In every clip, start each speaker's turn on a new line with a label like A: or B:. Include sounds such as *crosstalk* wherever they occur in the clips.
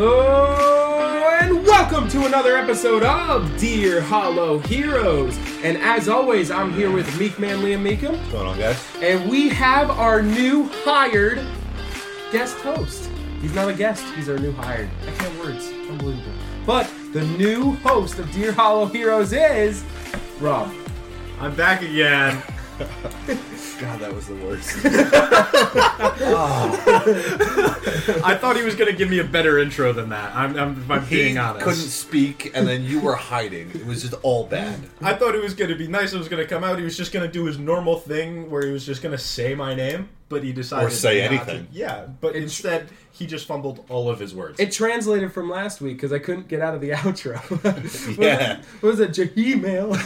A: Hello and welcome to another episode of Dear Hollow Heroes. And as always, I'm here with Meek Man Liam Meekum,
B: What's going on, guys?
A: and we have our new hired guest host. He's not a guest, he's our new hired. I can't words, unbelievable. But the new host of Dear Hollow Heroes is Rob.
C: I'm
B: *laughs*
C: back again.
B: God, that was the worst. *laughs*
C: I thought he was gonna give me a better intro than that. I'm, I'm, if I'm being honest.
B: couldn't speak, and then you were hiding. It was just all bad.
C: I thought it was gonna be nice. It was gonna come out. He was just gonna do his normal thing where he was just gonna say my name, but he decided
B: Or say
C: not to-
B: anything.
C: yeah, but instead he just fumbled all of his words.
A: It translated from last week because I couldn't get out of the *laughs* outro. What-
B: Yeah.
A: What was it? Jahemail.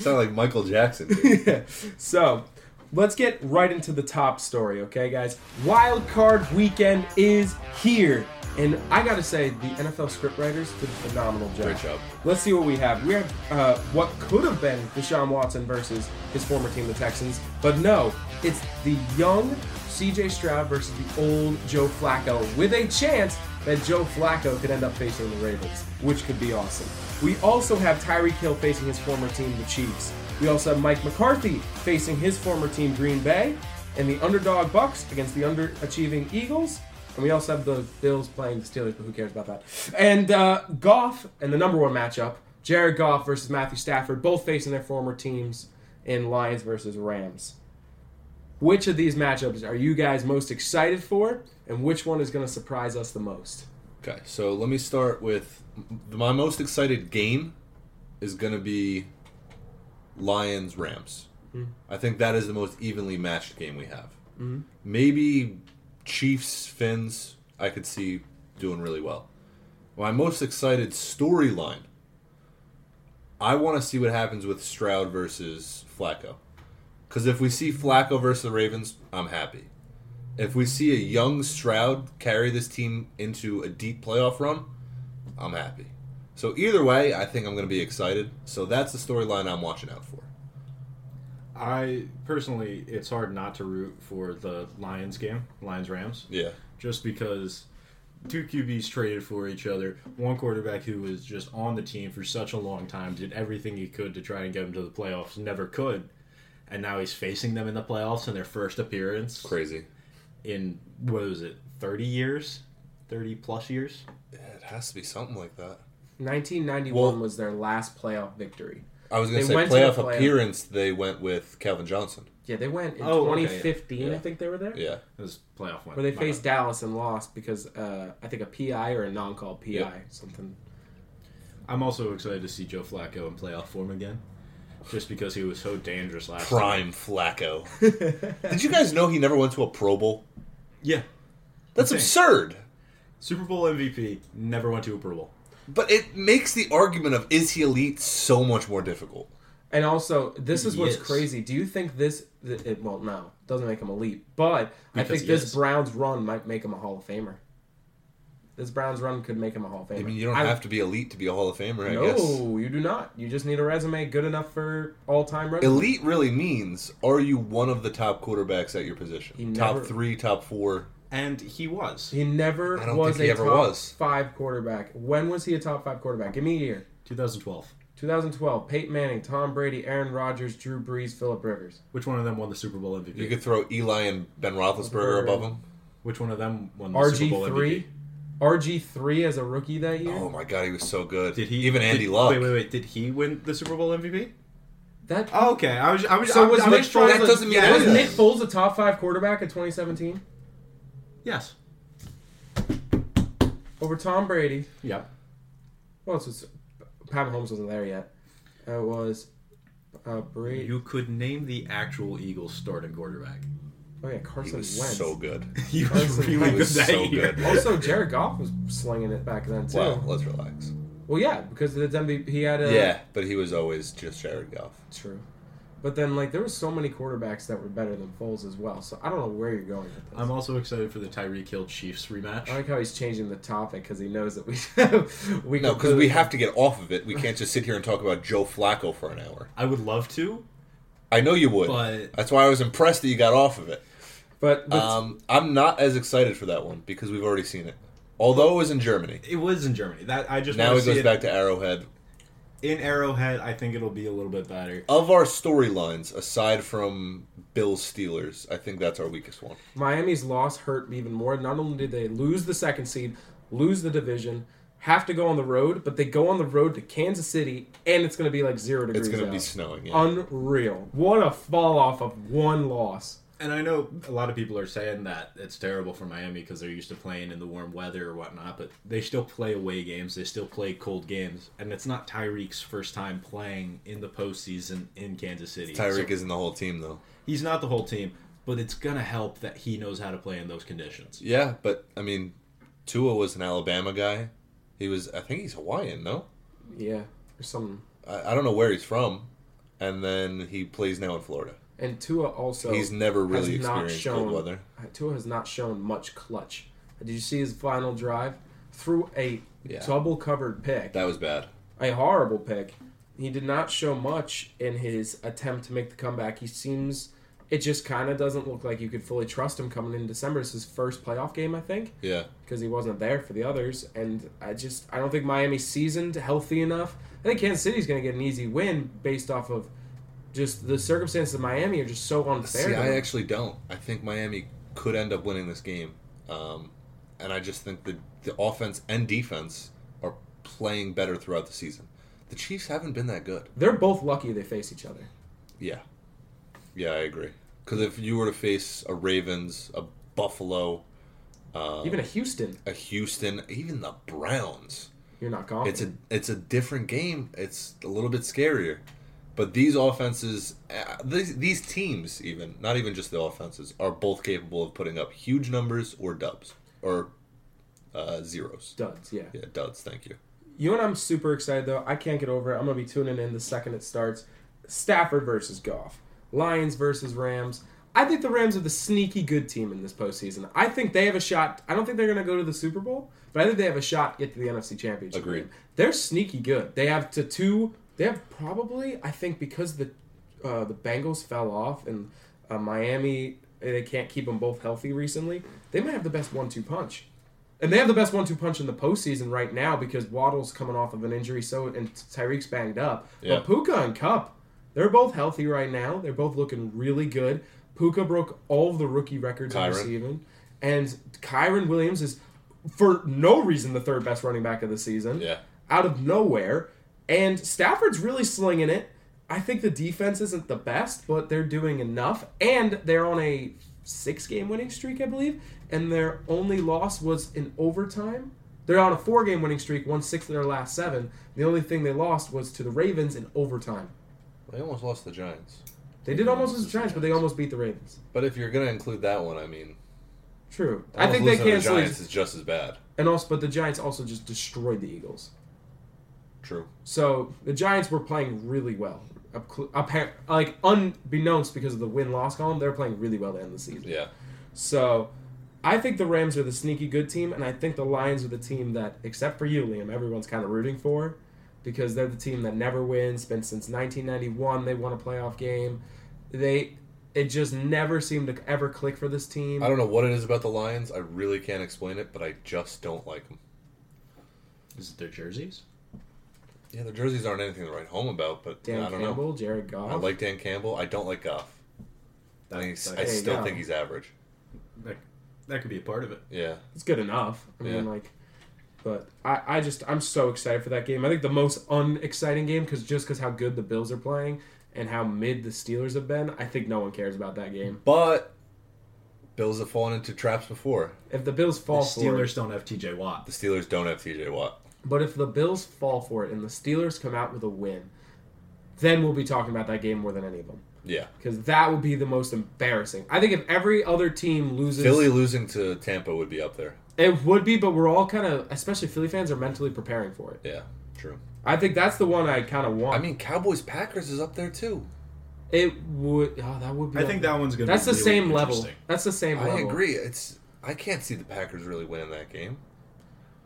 B: Sounded like Michael *laughs* Jackson. dude.
A: so let's get right into the top story, okay, guys? Wild Card Weekend is here. And I gotta say, the NFL scriptwriters did a phenomenal job.
B: Great job.
A: Let's see what we have. We have uh, what could have been Deshaun Watson versus his former team, the Texans, but no, it's the young C.J. Stroud versus the old Joe Flacco, with a chance that Joe Flacco could end up facing the Ravens, which could be awesome. We also have Tyreek Hill facing his former team, the Chiefs. We also have Mike McCarthy facing his former team, Green Bay, and the underdog Bucks against the underachieving Eagles. And we also have the Bills playing the Steelers, but who cares about that? And uh, Goff and the number one matchup, Jared Goff versus Matthew Stafford, both facing their former teams in Lions versus Rams. Which of these matchups are you guys most excited for, and which one is going to surprise us the most?
B: Okay, so let me start with my most excited game is going to be Lions Rams. I think that is the most evenly matched game we have. Maybe Chiefs Finns I could see doing really well. My most excited storyline. I want to see what happens with Stroud versus Flacco. Because if we see Flacco versus the Ravens, I'm happy. If we see a young Stroud carry this team into a deep playoff run, I'm happy. So either way, I think I'm going to be excited. So that's the storyline I'm watching out for.
C: I personally, it's hard not to root for the Lions game, Lions Rams.
B: Yeah.
C: just because two QBs traded for each other, one quarterback who was just on the team for such a long time, did everything he could to try and get them to the playoffs, never could. And now he's facing them in the playoffs in their first appearance
B: Crazy.
C: in what was it, 30 years? 30 plus years?
B: It has to be something like that.
A: 1991
B: Well-
A: was their last playoff victory.
B: I was going
A: They
B: to say
A: went to the
B: playoff
A: playoff.
B: appearance, they went with Calvin Johnson.
A: Yeah, they went in
C: Oh, okay.
A: 2015, I
B: Yeah.
A: think they were there.
B: Yeah.
C: It was playoff one.
A: Where they
C: My
A: faced
C: bad.
A: Dallas and lost because uh, I think a PI or a non call PI,
B: Yeah.
A: something. *laughs*
C: I'm also excited to see Joe Flacco in playoff form again. Just because he was so dangerous last time.
B: Prime *laughs* Flacco. Did you guys know he never went to a Pro Bowl?
C: Yeah.
B: That's
C: Insane.
B: absurd.
C: Super Bowl MVP, never went to a Pro Bowl.
B: But it makes the argument of is he elite so much more difficult.
A: And also, this is what's
C: Yes.
A: crazy. Do you think this? th- It, well, no, doesn't make him a leap. But I
C: Because
A: think
C: he
A: this
C: is.
A: Browns run might make him a Hall of Famer. This Browns run could make him a Hall of Famer.
B: I mean, you don't have to be elite to be a Hall of Famer, I
A: No,
B: guess.
A: you do not. You just need a resume good enough for all time resume.
B: Elite really means are you one of the top quarterbacks at your position?
A: He
B: top
A: never-
B: three, top four.
C: And he was.
A: He never
B: I don't
A: was
B: think he
A: a
B: ever
A: top
B: was.
A: five quarterback. When was he a top five quarterback? Give me a year.
C: 2012.
A: 2012. Peyton Manning, Tom Brady, Aaron Rodgers, Drew Brees, Philip Rivers.
C: Which one of them won the Super Bowl MVP?
B: You could throw Eli and Ben Roethlisberger above him.
C: Which one of them won the Super Bowl
A: RG
C: MVP?
A: three, RG three as a rookie that year.
B: Oh my god, he was so good.
C: Did he
B: Even
C: did-
B: Andy Luck.
C: Wait, wait, wait. Did he win the Super Bowl MVP?
A: That
C: Oh, okay, I was. I was.
A: So
C: I,
A: was
C: I
A: Nick
C: was trying
A: Foles-
B: That doesn't mean
C: yeah,
A: was
B: anything.
A: Nick Foles a top five quarterback in 2017
C: Yes.
A: over Tom Brady?
C: Yep.
A: Well, it's just, Pat Mahomes wasn't there yet. It was uh, Brady.
C: You could name the actual Eagles starting *laughs* quarterback.
A: oh yeah,
B: He
A: Carson
B: was
A: Wentz.
B: so
A: *laughs*
B: good.
C: He was
A: Carson
C: really
B: He
C: good
B: was
C: that
B: so
C: year.
B: good.
A: Also, Jared Goff was slinging it back then too.
B: Wow, let's relax.
A: Well, yeah, because the MVP, he had a
B: yeah, but he was always just Jared Goff.
A: true. But then, like, there were so many quarterbacks that were better than Foles as well. So I don't know where you're going with this.
C: I'm also excited for the Tyreek Hill Chiefs rematch.
A: I like how he's changing the topic because he knows that we *laughs* we
B: No, because
A: completely-
B: we have to get off of
A: *laughs*
B: it. We can't just sit here and talk about Joe Flacco for an hour.
C: I would love to,
B: I know you would.
C: but
B: That's why I was impressed that you got off of it.
A: But, but
B: Um, I'm not as excited for that one because we've already seen it. Although it was in Germany.
C: It was in Germany. That I just
B: Now
C: wanna
B: it
C: see
B: goes back to Arrowhead.
C: in Arrowhead. I think it'll be a little bit better.
B: Of our storylines, aside from Bill Steelers, I think that's our weakest one.
A: Miami's loss hurt even more. Not only did they lose the second seed, lose the division, have to go on the road, but they go on the road to Kansas City, and it's going to be like zero degrees.
B: It's going to be
A: out.
B: snowing. Yeah.
A: unreal. What a fall off of one loss.
C: And I know a lot of people are saying that it's terrible for Miami because they're used to playing in the warm weather or whatnot, but they still play away games. They still play cold games, and it's not Tyreek's first time playing in the postseason in Kansas City.
B: Tyreek
C: So
B: isn't the whole team though.
C: he's not the whole team, but it's gonna help that he knows how to play in those conditions.
B: Yeah, but I mean, Tua was an Alabama guy. He was. I think he's Hawaiian. No,
A: Yeah, or something.
B: I, I don't know where he's from. And then he plays now in Florida.
A: And Tua also
B: he's never really
A: Oh, has not
B: experienced
A: shown
B: cold weather.
A: Tua has not shown much clutch. Did you see his final drive? Threw a
B: Yeah.
A: double covered pick,
B: That was bad.
A: a horrible pick. He did not show much in his attempt to make the comeback. He seems it just kind of doesn't look like you could fully trust him coming in December. It's his first playoff game, I think.
B: Yeah.
A: because he wasn't there for the others. And I just I don't think Miami's seasoned healthy enough. I think Kansas City's going to get an easy win based off of just the circumstances of Miami are just so unfair.
B: See,
A: to
B: I
A: them.
B: actually don't. I think Miami could end up winning this game, um, and I just think the the offense and defense are playing better throughout the season. The Chiefs haven't been that good.
A: They're both lucky they face each other.
B: Yeah, yeah, I agree. Because if you were to face a Ravens, a Buffalo, um,
A: Even a Houston,
B: a Houston, even the Browns,
A: you're not confident.
B: it's a it's a different game. It's a little bit scarier. But these offenses, uh, these, these teams, even not even just the offenses, are both capable of putting up huge numbers or dubs or uh, zeros.
A: duds, yeah.
B: Yeah, duds. Thank you.
A: You and I'm super excited though. I can't get over it. I'm gonna be tuning in the second it starts. Stafford versus Goff. Lions versus Rams. I think the Rams are the sneaky good team in this postseason. I think they have a shot. I don't think they're gonna go to the Super Bowl, but I think they have a shot to get to the NFC Championship.
B: Agreed.
A: game. They're sneaky good. They have to two. They have probably. I think because the uh, the Bengals fell off and uh, Miami, they can't keep them both healthy recently. They might have the best one-two punch. And they have the best one-two punch in the postseason right now because Waddle's coming off of an injury, so and Tyreek's banged up.
B: Yeah.
A: But Puka and Cup, they're both healthy right now. They're both looking really good. Puka broke all of the rookie records in
B: Kyron.
A: receiving, and Kyron Williams is for no reason the third best running back of the season
B: Yeah,
A: out of nowhere. And Stafford's really slinging it. I think the defense isn't the best, but they're doing enough. And they're on a six game winning streak, I believe. And their only loss was in overtime. They're on a four game winning streak, won six of their last seven. The only thing they lost was to the Ravens in overtime.
B: they almost lost the Giants.
A: They did almost lose the Giants, but they almost beat the Ravens.
B: But if you're gonna include that one, I mean,
A: True. I think they
B: almost losing to
A: can
B: The Giants
A: lose.
B: is just as bad.
A: And also, but the Giants also just destroyed the Eagles.
B: True.
A: So the Giants were playing really well. Appa- appa- Like unbeknownst because of the win loss column, they're playing really well to end the season.
B: Yeah.
A: So I think the Rams are the sneaky good team, and I think the Lions are the team that, except for you, Liam, everyone's kind of rooting for because they're the team that never wins. Been since 1991, they won a playoff game. They it just never seemed to ever click for this team.
B: I don't know what it is about the Lions. I really can't explain it, but I just don't like them.
C: Is it their jerseys?
B: Yeah, their jerseys aren't anything to write home about, but
A: Dan
B: I don't know.
A: Campbell, Jared Goff.
B: I like Dan Campbell. I don't like Goff. I,
C: That,
B: think he's-
C: that-
B: I
A: There you
B: still
A: go.
B: think he's average.
C: that, that could be a part of it.
B: Yeah.
A: it's good enough. I mean,
B: Yeah.
A: like, but I, I just, I'm so excited for that game. I think the most unexciting game, because just because how good the Bills are playing and how mid the Steelers have been, I think no one cares about that game.
B: But Bills have fallen into traps before.
A: If the Bills
C: The
A: fall for
C: Steelers
A: it,
C: don't have T.J. Watt.
B: The Steelers don't have TJ Watt.
A: but if the Bills fall for it and the Steelers come out with a win, then we'll be talking about that game more than any of them.
B: Yeah.
A: Because that would be the most embarrassing. I think if every other team loses,
B: Philly losing to Tampa would be up there.
A: it would be, but we're all kind of, especially Philly fans, are mentally preparing for it.
B: Yeah, true.
A: I think that's the one I kind of want.
B: I mean, Cowboys Packers is up there too.
A: it would, oh, that would be.
C: I think that one's gonna.
A: That's
C: be
A: the
C: really
A: same level.
C: interesting.
A: That's the same
B: I
A: level.
B: agree. It's I can't see the Packers really winning that game.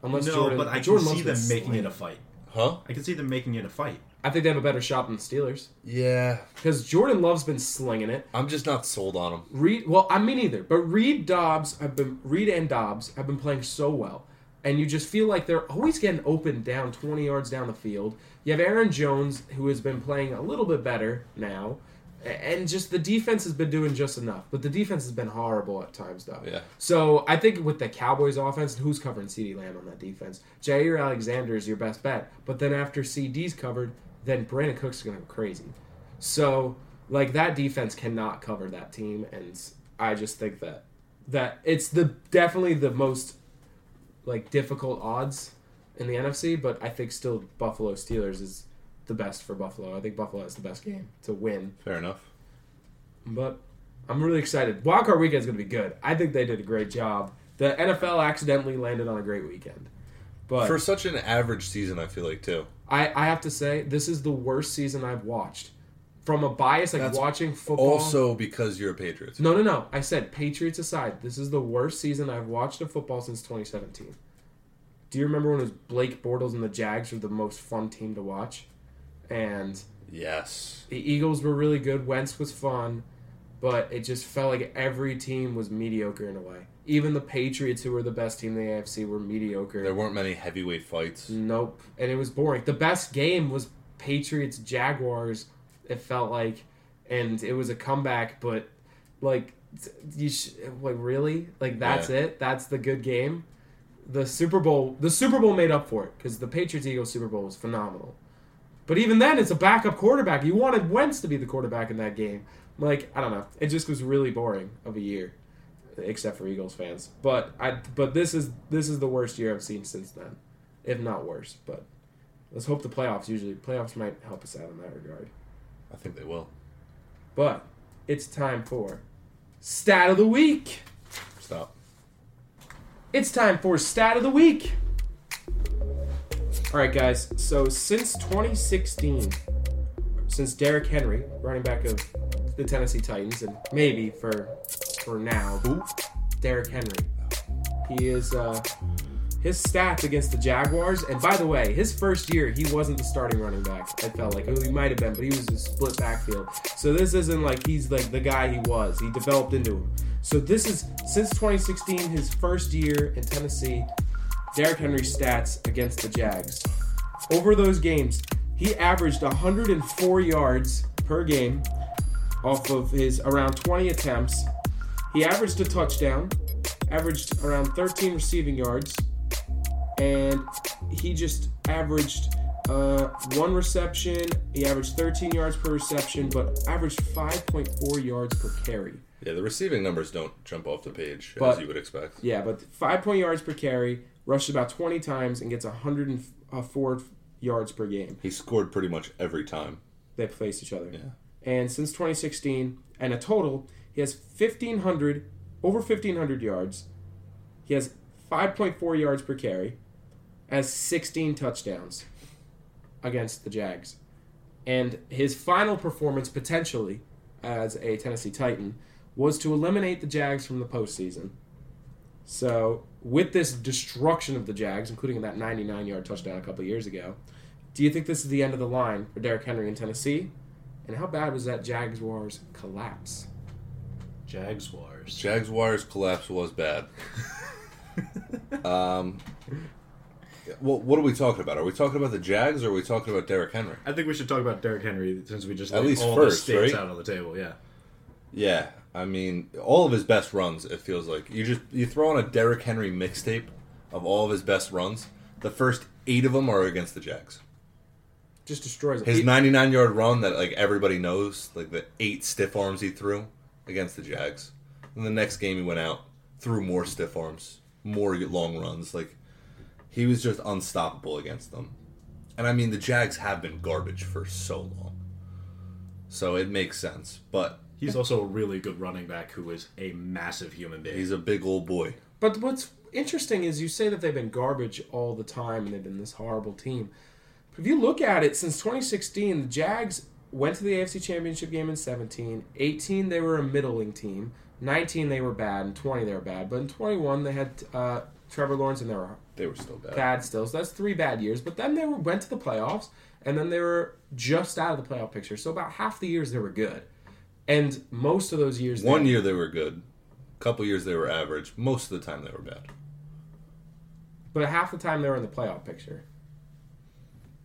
A: Unless
C: no,
A: Jordan,
C: but I
A: Jordan
C: can
A: Love's
C: see
A: been
C: them making
A: slaying.
C: it a fight.
B: Huh?
C: I can see them making it a fight.
A: I think they have a better shot than the Steelers
B: Yeah.
A: because Jordan Love's been slinging it.
B: I'm just not sold on them.
A: Reed, well, I mean either, but Reed Dobbs have been Reed and Dobbs have been playing so well. and you just feel like they're always getting open down 20 yards down the field. You have Aaron Jones, who has been playing a little bit better now, a- and just the defense has been doing just enough. But the defense has been horrible at times, though.
B: Yeah.
A: So I think with the Cowboys offense, who's covering CeeDee Lamb on that defense? Jair Alexander is your best bet. But then after CD's covered, then Brandon Cook's going to go crazy. So, like, that defense cannot cover that team. And I just think that that it's the definitely the most like difficult odds in the NFC, but I think still Buffalo Steelers is the best for Buffalo. I think Buffalo has the best game to win.
B: Fair enough.
A: But I'm really excited. Wildcard weekend is going to be good. I think they did a great job. The NFL accidentally landed on a great weekend. But
B: For such an average season, I feel like too.
A: I, I have to say, this is the worst season I've watched. From a bias, like
B: That's
A: watching football.
B: Also, because you're a Patriots.
A: no, no, no. I said, Patriots aside, this is the worst season I've watched of football since 2017. Do you remember when it was Blake Bortles and the Jags were the most fun team to watch? And
B: Yes.
A: the Eagles were really good. Wentz was fun, but it just felt like every team was mediocre in a way. Even the Patriots, who were the best team in the AFC, were mediocre.
B: There weren't many heavyweight fights.
A: Nope. And it was boring. The best game was Patriots Jaguars, it felt like. And it was a comeback, but like, t- you sh- like really? Like, that's
B: Yeah.
A: it? That's the good game? The Super Bowl, the Super Bowl made up for it because the Patriots Eagles Super Bowl was phenomenal. But even then, it's a backup quarterback. You wanted Wentz to be the quarterback in that game. Like, I don't know. It just was really boring of a year, except for Eagles fans. But I, but this is this is the worst year I've seen since then if not worse. But let's hope the playoffs. Usually, playoffs might help us out in that regard.
B: I think they will.
A: But it's time for stat of the week.
B: Stop.
A: It's time for stat of the week. All right, guys. So since 2016, since Derrick Henry, running back of the Tennessee Titans, and maybe for for now, Derrick Henry. He is uh, his stats against the Jaguars, and by the way, his first year he wasn't the starting running back. I felt like well, he might have been, but he was a split backfield. So this isn't like he's like the guy he was. He developed into him. So this is since 2016, his first year in Tennessee. Derrick Henry's stats against the Jags. Over those games, he averaged 104 yards per game off of his around 20 attempts. He averaged a touchdown, averaged around 13 receiving yards, and he just averaged uh, one reception. He averaged 13 yards per reception, but averaged 5.4 yards per carry.
B: Yeah, the receiving numbers don't jump off the page
A: But-
B: as you would expect.
A: Yeah, but 5.0 yards per carry, rushed about 20 times, and gets 104 yards per game.
B: He scored pretty much every time.
A: they faced each other.
B: Yeah.
A: And since 2016, and a total, he has 1,500, over 1,500 yards. He has 5.4 yards per carry, has 16 touchdowns against the Jags. And his final performance, potentially, as a Tennessee Titan, was to eliminate the Jags from the postseason. So, with this destruction of the Jags, including that 99 yard touchdown a couple years ago, do you think this is the end of the line for Derrick Henry in Tennessee? And how bad was that Jaguars collapse?
C: Jaguars.
B: Jags Wires collapse
A: *laughs*
B: was bad. um, well, what are we talking about? Are we talking about the Jags or are we talking about Derrick Henry?
C: I think we should talk about Derrick Henry since we just
B: At
C: laid
B: least
C: all
B: first,
C: the states
B: right?
C: out on the table. Yeah,
B: Yeah, I mean, all of his best runs. It feels like you just you throw on a Derrick Henry mixtape of all of his best runs. The first eight of them are against the Jags.
A: Just destroys
B: His
A: it.
B: 99 yard run that like everybody knows, like the eight stiff arms he threw against the Jags. And the next game he went out, threw more stiff arms, more long runs. Like he was just unstoppable against them. And I mean, the Jags have been garbage for so long, so it makes sense. But
C: he's also a really good running back who is a massive human being.
B: he's a big old boy.
A: But what's interesting is you say that they've been garbage all the time and they've been this horrible team. But if you look at it, since 2016, the Jags went to the AFC Championship game in 17. 18, they were a middling team. 19, they were bad. And 20, they were bad. But in 21, they had uh, Trevor Lawrence and they were
B: They were still bad.
A: bad still. So that's three bad years. But then they were, went to the playoffs, and then they were just out of the playoff picture. So about half the years they were good, and most of those years,
B: One
A: they,
B: year they were good, couple years they were average. Most of the time they were bad.
A: But half the time they were in the playoff picture.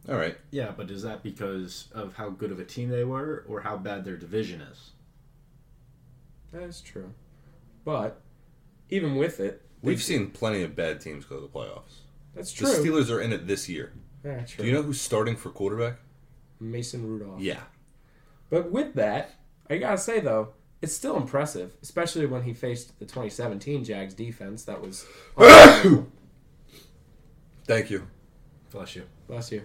B: All right.
C: Yeah, but is that because of how good of a team they were or how bad their division is?
A: That is true. But even with it, they-
B: We've seen plenty of bad teams go to the playoffs.
A: that's
B: The
A: true.
B: Steelers are in it this year.
A: yeah, true.
B: Do you know who's starting for quarterback?
A: Mason Rudolph.
B: Yeah.
A: But with that, I gotta say though, it's still impressive, especially when he faced the 2017 Jags defense. That
B: *coughs*
A: was
B: Thank you.
C: Bless you.
A: bless you.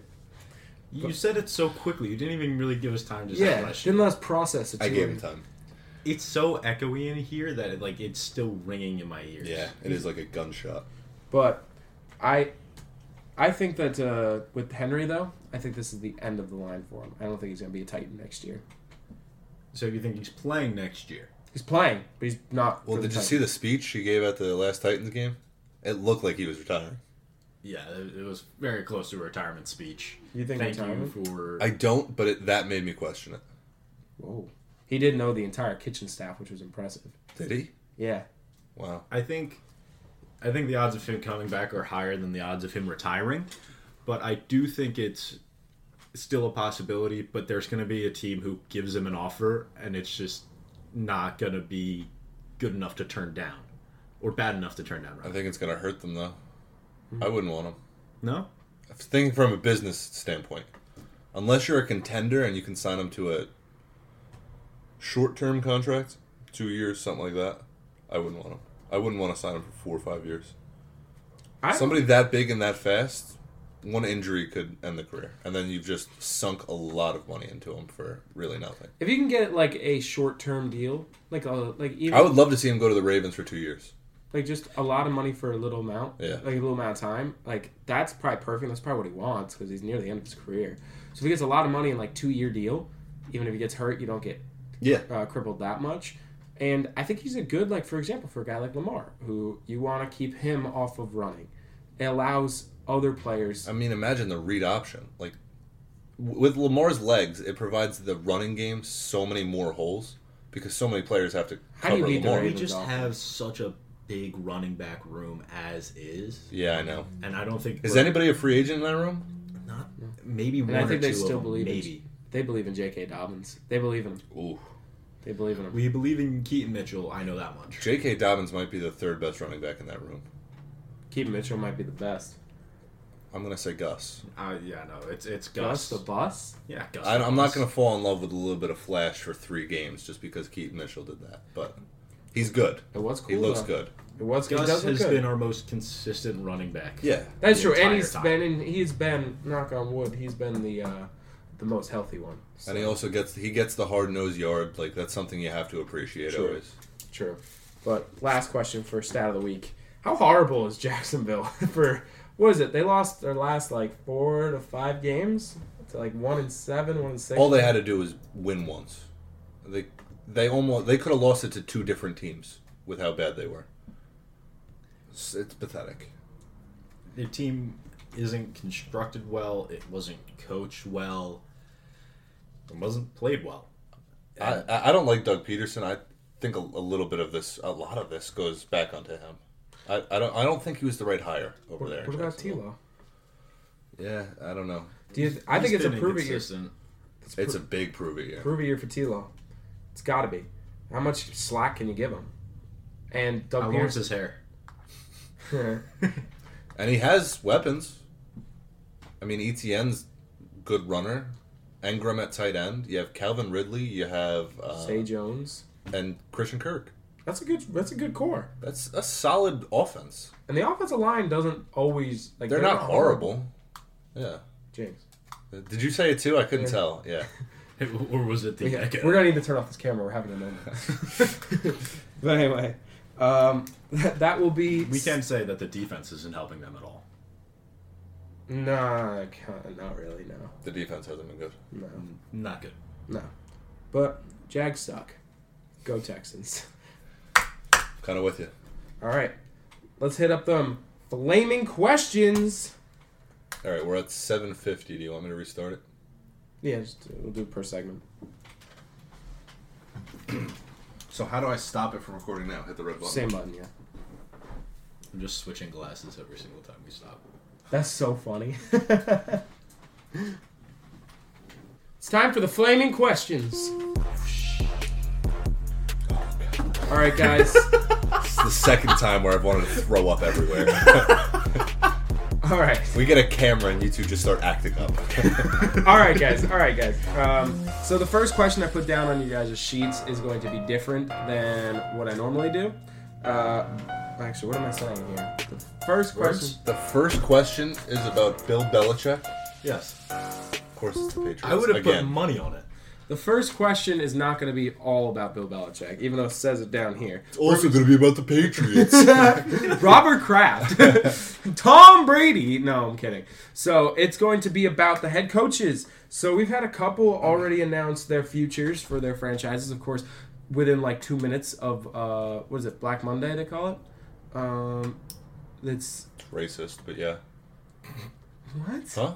C: You said it so quickly. You didn't even really give us time to say
A: Yeah,
C: bless you.
A: didn't let us process it.
B: I
A: too
B: gave
A: much.
B: him time.
C: It's so echoey in here that it, like it's still ringing in my ears.
B: Yeah, it is like a gunshot.
A: But I, I think that uh, with Henry though, I think this is the end of the line for him. I don't think he's gonna be a Titan next year.
C: So you think he's playing next year?
A: He's playing, but he's not.
B: Well,
A: for
B: did
A: the
B: you see the speech he gave at the last Titans game? It looked like he was retiring.
C: Yeah, it it was very close to a retirement speech.
A: You think
C: Thank
A: retirement?
C: you for
B: I don't, but it, that made me question it.
A: Whoa. He did know the entire kitchen staff, which was impressive.
B: Did he?
A: Yeah.
B: Wow.
C: I think I think the odds of him coming back are higher than the odds of him retiring, but I do think it's still a possibility, but there's going to be a team who gives him an offer and it's just not going to be good enough to turn down or bad enough to turn down.
B: I
C: Rather.
B: think it's gonna hurt them though. I wouldn't want him.
C: No?
B: I'm Thinking from a business standpoint, unless you're a contender and you can sign him to a short-term contract, two years, something like that, I wouldn't want him. I wouldn't want to sign him for four or five years.
A: I,
B: Somebody that big and that fast, one injury could end the career, and then you've just sunk a lot of money into him for really nothing.
A: if you can get like a short term deal, like a like even
B: I would love to see him go to the Ravens for two years.
A: like just a lot of money for a little amount,
B: Yeah.
A: like a little amount of time. Like that's probably perfect. That's probably what he wants because he's near the end of his career. So if he gets a lot of money in like two year deal, even if he gets hurt, you don't get
B: Yeah,
A: uh, crippled that much. And I think he's a good like for example for a guy like Lamar, who you want to keep him off of running. It allows other players.
B: I mean, imagine the read option. Like w- with Lamar's legs, it provides the running game so many more holes because so many players have to
A: How do you
B: cover
A: beat the
B: Lamar.
A: Ravens?
C: We just
A: offense.
C: have such a big running back room as is,
B: Yeah, I know.
C: and I don't think
B: Is
C: we're
B: anybody a free agent in that room?
C: not maybe one
A: And I
C: or
A: think they
C: two
A: still
C: of them,
A: believe
C: maybe.
A: in they believe in J.K. Dobbins. They believe in him.
B: Ooh.
A: They believe in him.
C: We believe in Keaton Mitchell. I know that much.
B: J.K. Dobbins might be the third best running back in that room.
A: Keith Mitchell might be the best.
B: I'm gonna say Gus.
C: Uh, yeah, no, it's it's
A: Gus
C: Gus.
A: the bus.
C: yeah, Gus.
B: I, I'm not
C: Gus.
B: gonna fall in love with a little bit of flash for three games just because Keaton Mitchell did that, but he's good.
A: It was cool.
B: He looks
A: though.
B: good.
A: It was it
C: Gus
A: does look
C: has
A: good.
C: been our most consistent running back.
B: Yeah.
A: That's
C: the
A: true, and
C: entire
A: he's
C: time.
A: been in, he's been knock on wood. He's been the uh, the most healthy one. So,
B: And he also gets he gets the hard nosed yard. Like that's something you have to appreciate
A: Sure.
B: always.
A: true. But last question for stat of the week: How horrible is Jacksonville *laughs* for? What is it? They lost their last like four to five games to like one and seven, one and six.
B: All they had to do was win once. They they almost they could have lost it to two different teams with how bad they were. It's, it's pathetic.
C: The team isn't constructed well. It wasn't coached well. It wasn't played well.
B: I I I don't like Doug Peterson. I think a, a little bit of this, a lot of this goes back onto him. I, I don't I don't think he was the right hire over
A: What,
B: there. in
A: what about
B: Jacksonville.
A: Tilo?
B: Yeah, I don't know.
A: Do you? I think
C: He's
A: it's a
C: been
A: prove it year.
C: inconsistent.
B: It's a big prove it year.
A: Prove it year for Tilo. It's got to be. How much slack can you give him? And
C: I
A: Doug
C: want
A: Peterson.
C: his
A: *laughs*
C: hair. *laughs*
B: And he has weapons. I mean, ETN's good runner. Engram at tight end. You have Calvin Ridley. You have uh,
A: *laughs* Say Jones.
B: and Christian Kirk.
A: That's a good. That's a good core.
B: That's a solid offense.
A: And the offensive line doesn't always like
B: They're not horrible. Yeah.
A: James,
B: Did you say it too? I couldn't
A: Yeah.
B: tell. Yeah.
C: or was it the
A: we, are
C: echo?
A: gonna need to turn off this camera. We're having a moment. *laughs* but anyway, um, *laughs* that, that will be.
C: *laughs* we can say that the defense isn't helping them at all.
A: Nah, I can't- not really. No,
B: The defense hasn't been good.
A: no,
C: Not good.
A: no. But Jags suck. Go Texans. *laughs*
B: Kind of with you.
A: All right, let's hit up them flaming questions.
B: All right, we're at 750. Do you want me to restart it?
A: Yeah, just, we'll do per segment.
B: So how do I stop it from recording now? Hit the red
A: Same button, yeah.
C: I'm just switching glasses every single time we stop.
A: That's so funny. *laughs* it's time for the flaming questions. All right, guys.
B: It's the second time where I've wanted to throw up everywhere.
A: *laughs* All right.
B: we get a camera and you two just start acting up.
A: All right, guys. All right, guys. Um, so the first question I put down on you guys' sheets is going to be different than what I normally do. Uh, actually, what am I saying here? The first question.
B: the first question is about Bill Belichick.
C: Yes.
B: Of course, it's the Patriots.
C: I would have put
B: again.
C: money on it.
A: The first question is not going to be all about Bill Belichick, even though it says it down here.
B: It's also going to be about the Patriots.
A: *laughs* Robert Kraft, *laughs* Tom Brady. No, I'm kidding. So it's going to be about the head coaches. So we've had a couple already announce their futures for their franchises, of course, within like two minutes of uh, what is it, Black Monday? They call it. Um, that's
B: Racist, but yeah.
A: what.
B: Huh?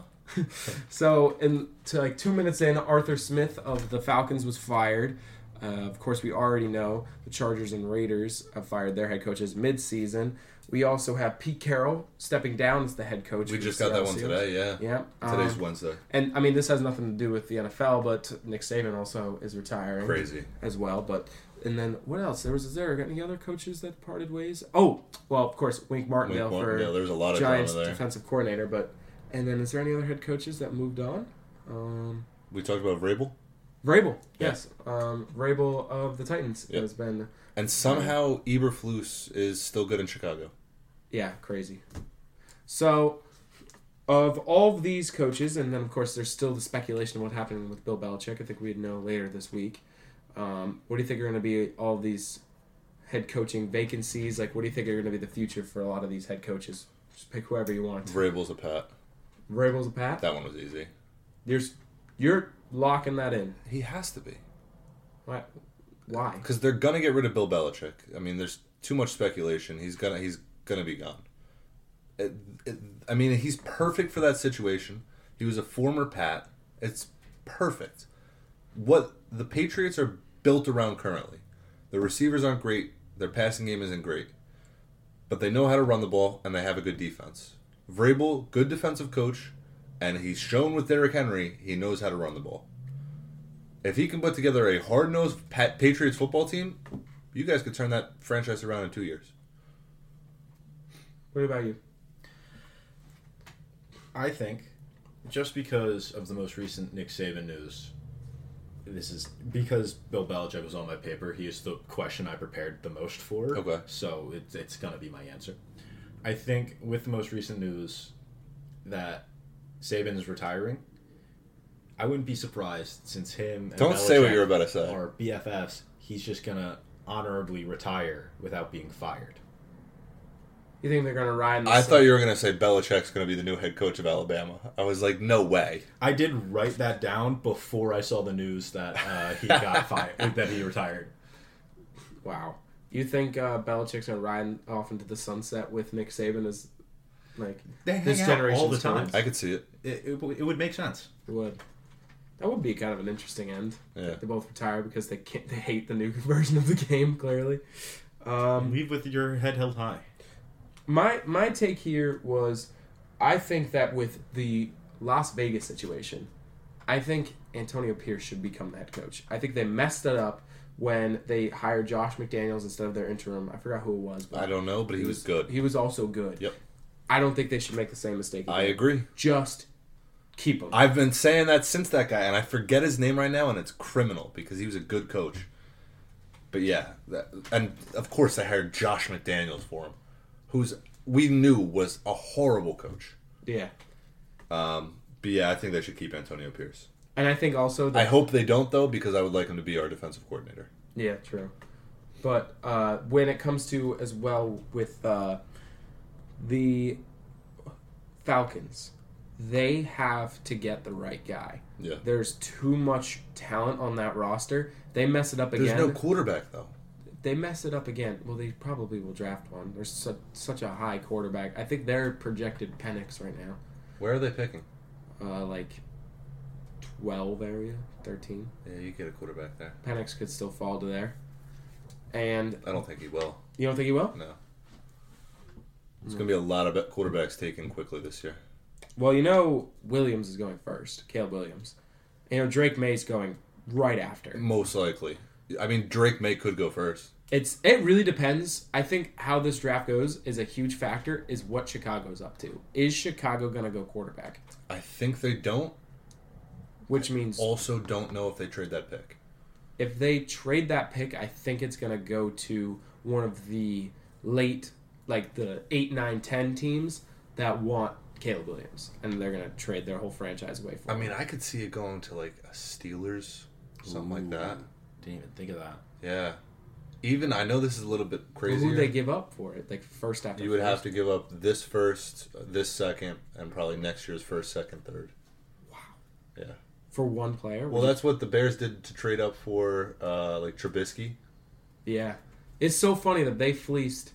A: So, in to like two minutes in, Arthur Smith of the Falcons was fired. Uh, of course, we already know the Chargers and Raiders have fired their head coaches mid-season. We also have Pete Carroll stepping down as the head coach.
B: We
A: for
B: just
A: the
B: got that one
A: Seattle Seahawks.
B: today, yeah.
A: Yeah. um,
B: Today's Wednesday.
A: and I mean, this has nothing to do with the NFL, but Nick Saban also is retiring
B: Crazy.
A: as well. But and then what else? There was is there any other coaches that parted ways? Oh, well, of course, Wink
B: Wink,
A: Martindale
B: wink, yeah,
A: for
B: there's a lot of
A: Giants
B: drama there.
A: defensive coordinator. But and then is there any other head coaches that moved on? Um,
B: We talked about Rabel.
A: Rabel,
B: Yeah.
A: yes, um, Rabel of the Titans
B: Yeah.
A: has been
B: And somehow Eberflus is still good in Chicago.
A: yeah crazy. So of all of these coaches, and then of course there's still the speculation of what happened with Bill Belichick. I think we'd know later this week. Um, what do you think are going to be all these head coaching vacancies? Like, what do you think are going to be the future for a lot of these head coaches? Just pick whoever you want.
B: Rabel's a pat.
A: Rabel's a pat.
B: That one was easy.
A: You're s- you're locking that in.
B: He has to be.
A: Why? Why?
B: Because they're gonna get rid of Bill Belichick. I mean, there's too much speculation. He's gonna he's gonna be gone. It- it- I mean, he's perfect for that situation. He was a former Pat. It's perfect. What the Patriots are built around currently. Their receivers aren't great. Their passing game isn't great. But they know how to run the ball and they have a good defense. Vrabel, good defensive coach, and he's shown with Derrick Henry he knows how to run the ball. If he can put together a hard nosed Pat- Patriots football team, you guys could turn that franchise around in two years.
A: What about you?
C: I think just because of the most recent Nick Saban news, this is because Bill Belichick was on my paper. He is the question I prepared the most for.
B: Okay.
C: So it's it's gonna be my answer. I think with the most recent news that Saban is retiring, I wouldn't be surprised since him. And
B: Don't say what
C: Belichick
B: you're about to say.
C: Are BFFs. He's just gonna honorably retire without being fired.
A: You think they're going to ride? in the
B: I
A: same-
B: thought you were going to say Belichick's going to be the new head coach of Alabama. I was like, no way.
C: I did write that down before I saw the news that uh, *laughs* he got fired, that he retired.
A: Wow. You think uh, Belichick's gonna ride off into the sunset with Nick Saban as like
C: They hang
A: This
C: out all the
A: generation's
C: time.
B: I could see it.
C: It, it, w- it would make sense.
A: would? That would be kind of an interesting end.
B: Yeah.
A: They both retire because they can't, they hate the new *laughs* version of the game. Clearly, um,
C: Leave with your head held high.
A: my my take here was, I think that with the Las Vegas situation, I think Antonio Pierce should become the head coach. I think they messed it up when they hired Josh McDaniels instead of their interim. I forgot who it was, but
B: I don't know, but he was good.
A: He was also good.
B: Yep.
A: I don't think they should make the same mistake.
B: I
A: again.
B: agree.
A: Just keep him.
B: I've been saying that since that guy, and I forget his name right now, and it's criminal because he was a good coach. But yeah, that, and of course they hired Josh McDaniels for him, who's we knew was a horrible coach.
A: yeah.
B: But yeah, I think they should keep Antonio Pierce.
A: And I think also that
B: I hope they don't though, because I would like him to be our defensive coordinator.
A: yeah, true. But uh, when it comes to as well with uh, the Falcons, they have to get the right guy.
B: Yeah.
A: There's too much talent on that roster. They mess it up
B: There's
A: again.
B: no quarterback though.
A: they mess it up again. Well, they probably will draft one. There's such, such a high quarterback. I think they're projected Penix right now.
B: Where are they picking?
A: uh, like 12 area, 13.
B: Yeah, you get a quarterback there.
A: Penix could still fall to there. And
B: I don't think he will.
A: you don't think he will?
B: No. It's going to be a lot of quarterbacks taken quickly this year.
A: Well, you know Williams is going first, Caleb Williams. You know Drake May's going right after.
B: Most likely. I mean, Drake May could go first.
A: It's it really depends. I think how this draft goes is a huge factor. Is what Chicago's up to. Is Chicago gonna go quarterback?
B: I think they don't.
A: Which means
B: Also, don't know if they trade that pick.
A: if they trade that pick, I think it's going to go to one of the late, like the 8, 9, 10 teams that want Caleb Williams. And they're going to trade their whole franchise away for
B: I
A: him.
B: mean, I could see it going to like a Steelers, something
C: Ooh.
B: like that.
C: Didn't even think of that.
B: Yeah. Even I know this is a little bit crazy.
A: Who they give up for it? Like first after
B: You would have
A: first?
B: to give up this first, uh, this second, and probably next year's first, second, third. Wow. Yeah.
A: for one player.
B: Well, that's what the Bears did to trade up for, uh, like Trubisky.
A: yeah, it's so funny that they fleeced.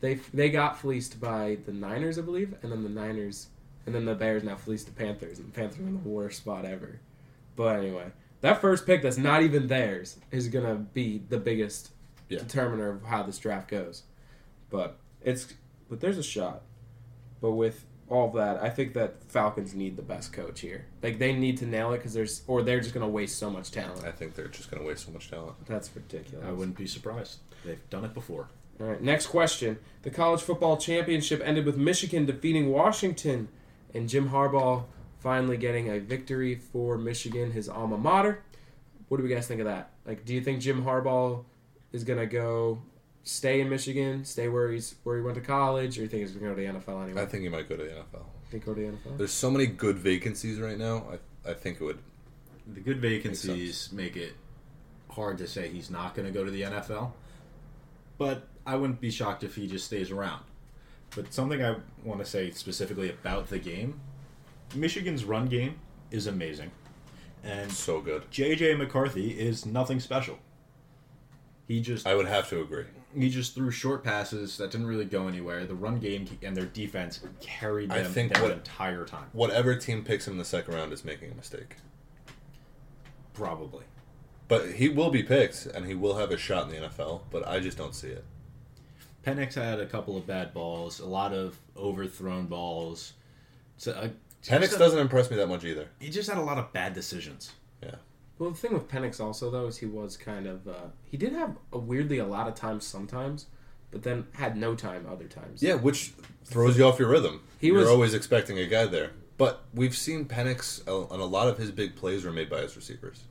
A: They they got fleeced by the Niners, I believe, and then the Niners, and then the Bears now fleeced the Panthers, and the Panthers are in the worst spot ever. But anyway, that first pick that's not even theirs is gonna be the biggest
B: Yeah.
A: determiner of how this draft goes. But it's but there's a shot. But with all of that, I think that Falcons need the best coach here. Like they need to nail it because there's or they're just gonna waste so much talent.
B: I think they're just going to waste so much talent.
A: That's ridiculous.
C: I wouldn't be surprised. They've done it before.
A: All right, next question. The college football championship ended with Michigan defeating Washington and Jim Harbaugh finally getting a victory for Michigan, his alma mater. What do we guys think of that? Like, do you think Jim Harbaugh is going to go stay in Michigan, stay where he's where he went to college, or you think he's going to go to the NFL anyway?
B: I think he might go to the NFL.
A: think go to the NFL.
B: There's so many good vacancies right now. I, I think it would.
C: The good vacancies make it hard to say he's not going to go to the NFL, but I wouldn't be shocked if he just stays around. But something I want to say specifically about the game Michigan's run game is amazing. And
B: So good.
C: JJ McCarthy is nothing special. He just
B: I would have to agree.
C: he just threw short passes that didn't really go anywhere. The run game and their defense carried
B: I
C: them
B: think
C: that
B: what-
C: entire time.
B: Whatever team picks him in the second round is making a mistake.
C: Probably.
B: But he will be picked, and he will have a shot in the NFL. But I just don't see it.
C: Penix had a couple of bad balls, a lot of overthrown balls. So, uh, he just
B: Penix
C: had-
B: doesn't impress me that much either.
C: He just had a lot of bad decisions.
B: Yeah.
A: Well, the thing with Penix also though is he was kind of uh, he did have a weirdly a lot of time sometimes, but then had no time other times.
B: Yeah, which throws you off your rhythm.
A: He
B: You're
A: was-
B: always expecting a guy there. But we've seen Penix uh, and a lot of his big plays were made by his receivers.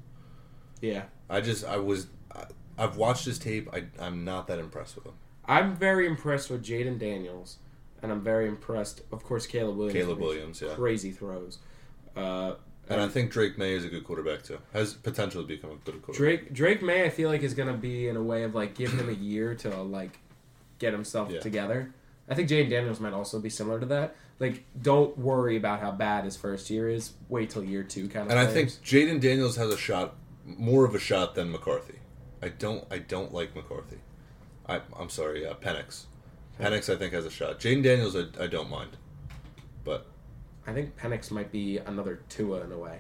A: yeah.
B: I just I was I, I've watched his tape. I I'm not that impressed with him.
A: I'm very impressed with Jaden Daniels, and I'm very impressed, of course, Caleb Williams.
B: Caleb
A: makes
B: Williams, yeah.
A: crazy throws. Uh,
B: And I think Drake May is a good quarterback too. Has potential to become a good quarterback.
A: Drake Drake May, I feel like is gonna be in a way of like give him a year to like get himself
B: Yeah.
A: together. I think Jaden Daniels might also be similar to that. Like, don't worry about how bad his first year is. Wait till year two, kind of.
B: and I think
A: players.
B: Jaden Daniels has a shot, more of a shot than McCarthy. I don't I don't like McCarthy. I I'm sorry, uh, Penix. Penix I think has a shot. Jaden Daniels I, I don't mind, but
A: I think Penix might be another Tua in a way,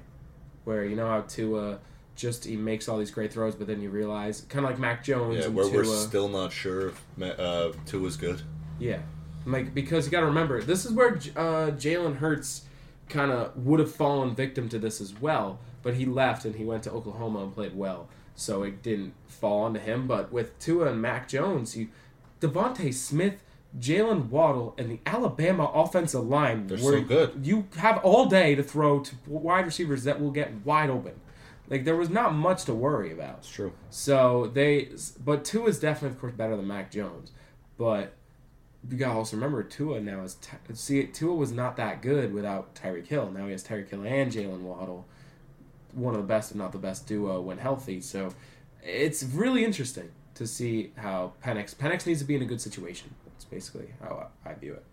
A: where you know how Tua just he makes all these great throws, but then you realize kind of like Mac Jones
B: yeah,
A: and
B: where
A: Tua.
B: we're still not sure if Ma- uh, two is good.
A: Yeah, like because you got to remember, this is where J- uh, Jalen Hurts kind of would have fallen victim to this as well, but he left and he went to Oklahoma and played well, so it didn't fall onto him. But with Tua and Mac Jones, you Devonte Smith. Jalen Waddle and the Alabama offensive line
B: They're
A: were-
B: so good.
A: You have all day to throw to wide receivers that will get wide open. Like there was not much to worry about.
B: true.
A: So they, but Tua is definitely, of course, better than Mac Jones. But you gotta also remember Tua now is Ty- see Tua was not that good without Tyreek Hill. Now he has Tyreek Hill and Jalen Waddle, one of the best, if not the best, duo when healthy. So it's really interesting to see how Penix Penix needs to be in a good situation. That's basically how I, I view it.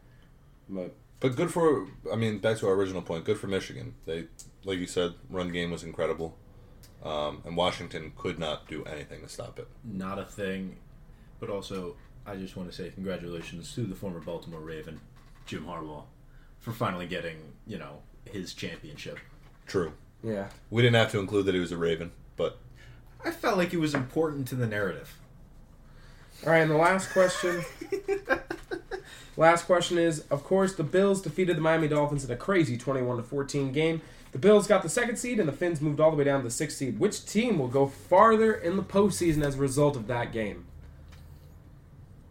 A: But
B: But good for I mean back to our original point. Good for Michigan. They like you said, run game was incredible, um, and Washington could not do anything to stop it.
C: Not a thing. But also, I just want to say congratulations to the former Baltimore Raven, Jim Harbaugh, for finally getting, you know, his championship.
B: True.
A: yeah,
B: We didn't have to include that he was a Raven, but
C: I felt like it was important to the narrative.
A: all right. And the last question Last question is, of course, the Bills defeated the Miami Dolphins in a crazy 21 to 14 game. The Bills got the second seed, and the Finns moved all the way down to the sixth seed. Which team will go farther in the postseason as a result of that game?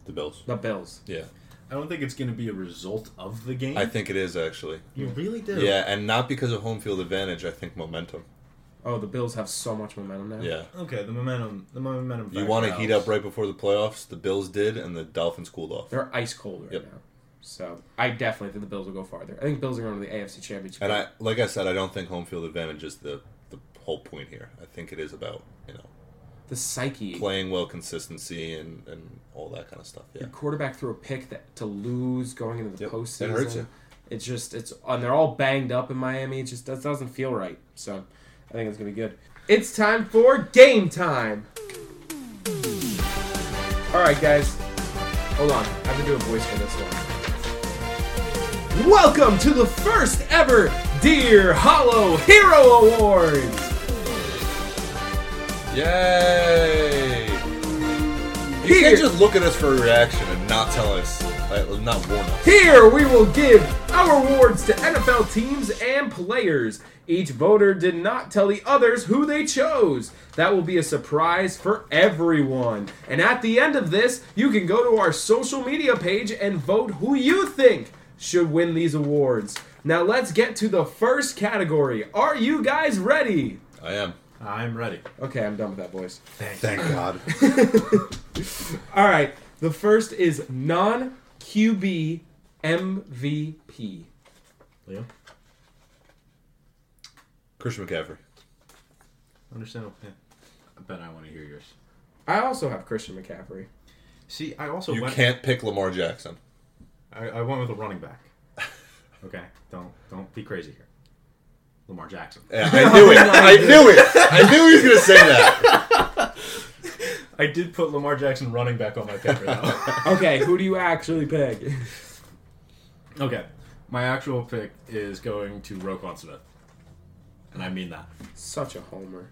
B: The Bills.
A: The Bills.
B: Yeah,
C: I don't think it's going to be a result of the game.
B: I think it is actually.
C: you really do.
B: Yeah, and not because of home field advantage. I think momentum.
A: Oh, the Bills have so much momentum now.
B: Yeah,
C: Okay, the momentum. The momentum.
B: you
C: factor
B: want to heat
C: helps.
B: up right before the playoffs. The Bills did, and the Dolphins cooled off.
A: They're ice cold right
B: Yep.
A: now. So I definitely think the Bills will go farther. I think Bills are going to the AFC Championship.
B: And I, like I said, I don't think home field advantage is the the whole point here. I think it is about you know
A: the psyche.
B: playing well, consistency, and and all that kind of stuff. Yeah,
A: Your quarterback threw a pick that to lose going into the
B: Yep.
A: postseason.
B: It hurts you.
A: It's just it's and they're all banged up in Miami. It just that doesn't feel right. So I think it's gonna be good. It's time for game time. All right, guys. Hold on. I have to do a voice for this one. Welcome to the first ever Dear Hollow Hero Awards.
B: Yay! You
A: Here.
B: can't just look at us for a reaction and not tell us, like, not warn us.
A: Here we will give our awards to NFL teams and players. Each voter did not tell the others who they chose. That will be a surprise for everyone. And at the end of this, you can go to our social media page and vote who you think should win these awards. Now let's get to the first category. Are you guys ready?
B: I am.
C: I'm ready.
A: Okay, I'm done with that voice.
B: Thank God.
A: All right, the first is non QB MVP.
C: Leo,
B: Christian McCaffrey.
C: understand? Yeah. I bet I want to hear yours.
A: I also have Christian McCaffrey.
C: See, I also
B: You
C: went.
B: can't pick Lamar Jackson.
C: I, I went with a running back. Okay, don't don't be crazy here. Lamar Jackson.
B: Yeah, I knew it. I knew it. I knew he was gonna say that.
C: I did put Lamar Jackson running back on my
B: *laughs*
C: paper though.
A: Okay, who do you actually pick?
C: okay, my actual pick is going to Roquan Smith, and I mean that.
A: Such a homer.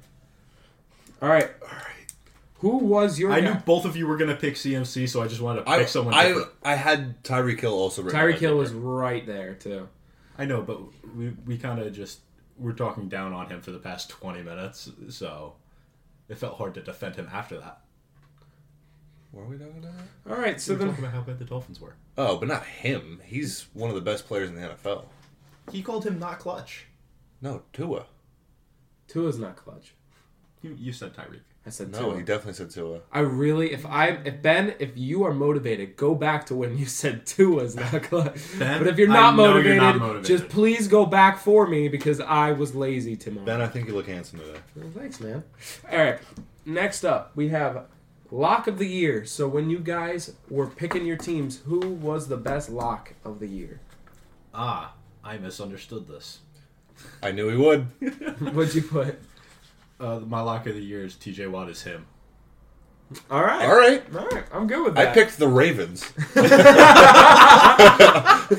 A: All right. All right. Who was your
C: I
A: guy?
C: knew both of you were gonna pick CMC, so I just wanted to pick
B: I,
C: someone
B: I,
C: different.
B: I had Tyreek Hill also. written
A: Tyreek
B: down
A: Hill
B: there.
A: was right there too.
C: I know, but we we kind of just we're talking down on him for the past twenty minutes, so it felt hard to defend him after that.
B: Were we talking about? that?
A: All right. So
C: We're
A: then,
C: talking about how bad the Dolphins were.
B: Oh, but not him. He's one of the best players in the NFL.
C: He called him not clutch.
B: No, Tua.
A: *laughs* Tua's not clutch.
C: You, you said Tyreek.
A: I said
B: No,
A: Tua.
B: he definitely said Tua.
A: I really, if I, if Ben, if you are motivated, go back to when you said Tua's not *laughs* clutch.
C: Ben,
A: but if you're
C: I
A: not,
C: know
A: motivated,
C: you're not
A: just
C: motivated.
A: please go back for me because I was lazy tomorrow.
B: Ben, I think you look handsome today.
A: Well, thanks, man. All right. Next up, we have lock of the year. So when you guys were picking your teams, who was the best lock of the year? *laughs*
C: Ah, I misunderstood this.
B: I knew he *laughs* would.
A: What'd you put?
C: Uh, my lock of the year is TJ Watt is him.
A: All right.
B: All right.
A: All right. I'm good with
B: I
A: that.
B: picked the *laughs* Ravens.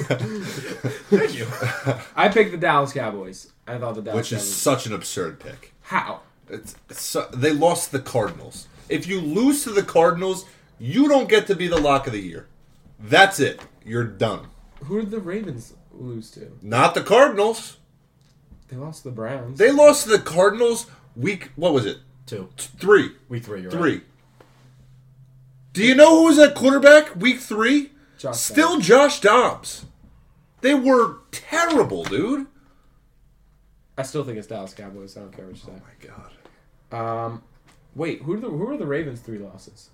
C: Thank you.
A: I picked the Dallas Cowboys. I thought the Dallas
B: which is
A: Cowboys.
B: such an absurd pick.
A: How?
B: It's, it's so, they lost the Cardinals. If you lose to the Cardinals, you don't get to be the lock of the year. That's it. You're done.
A: Who did the Ravens lose to?
B: Not the Cardinals.
A: They lost to the Browns.
B: They lost to the Cardinals week. What was it?
C: Two.
B: Three.
C: Week three, you're
B: Three. Do you know who was at quarterback week three?
A: Josh
B: Still Josh Dobbs. They were terrible, dude.
A: I still think it's Dallas Cowboys. I don't care what you say.
B: My God.
A: Um, wait, who are the, who are the Ravens' three losses?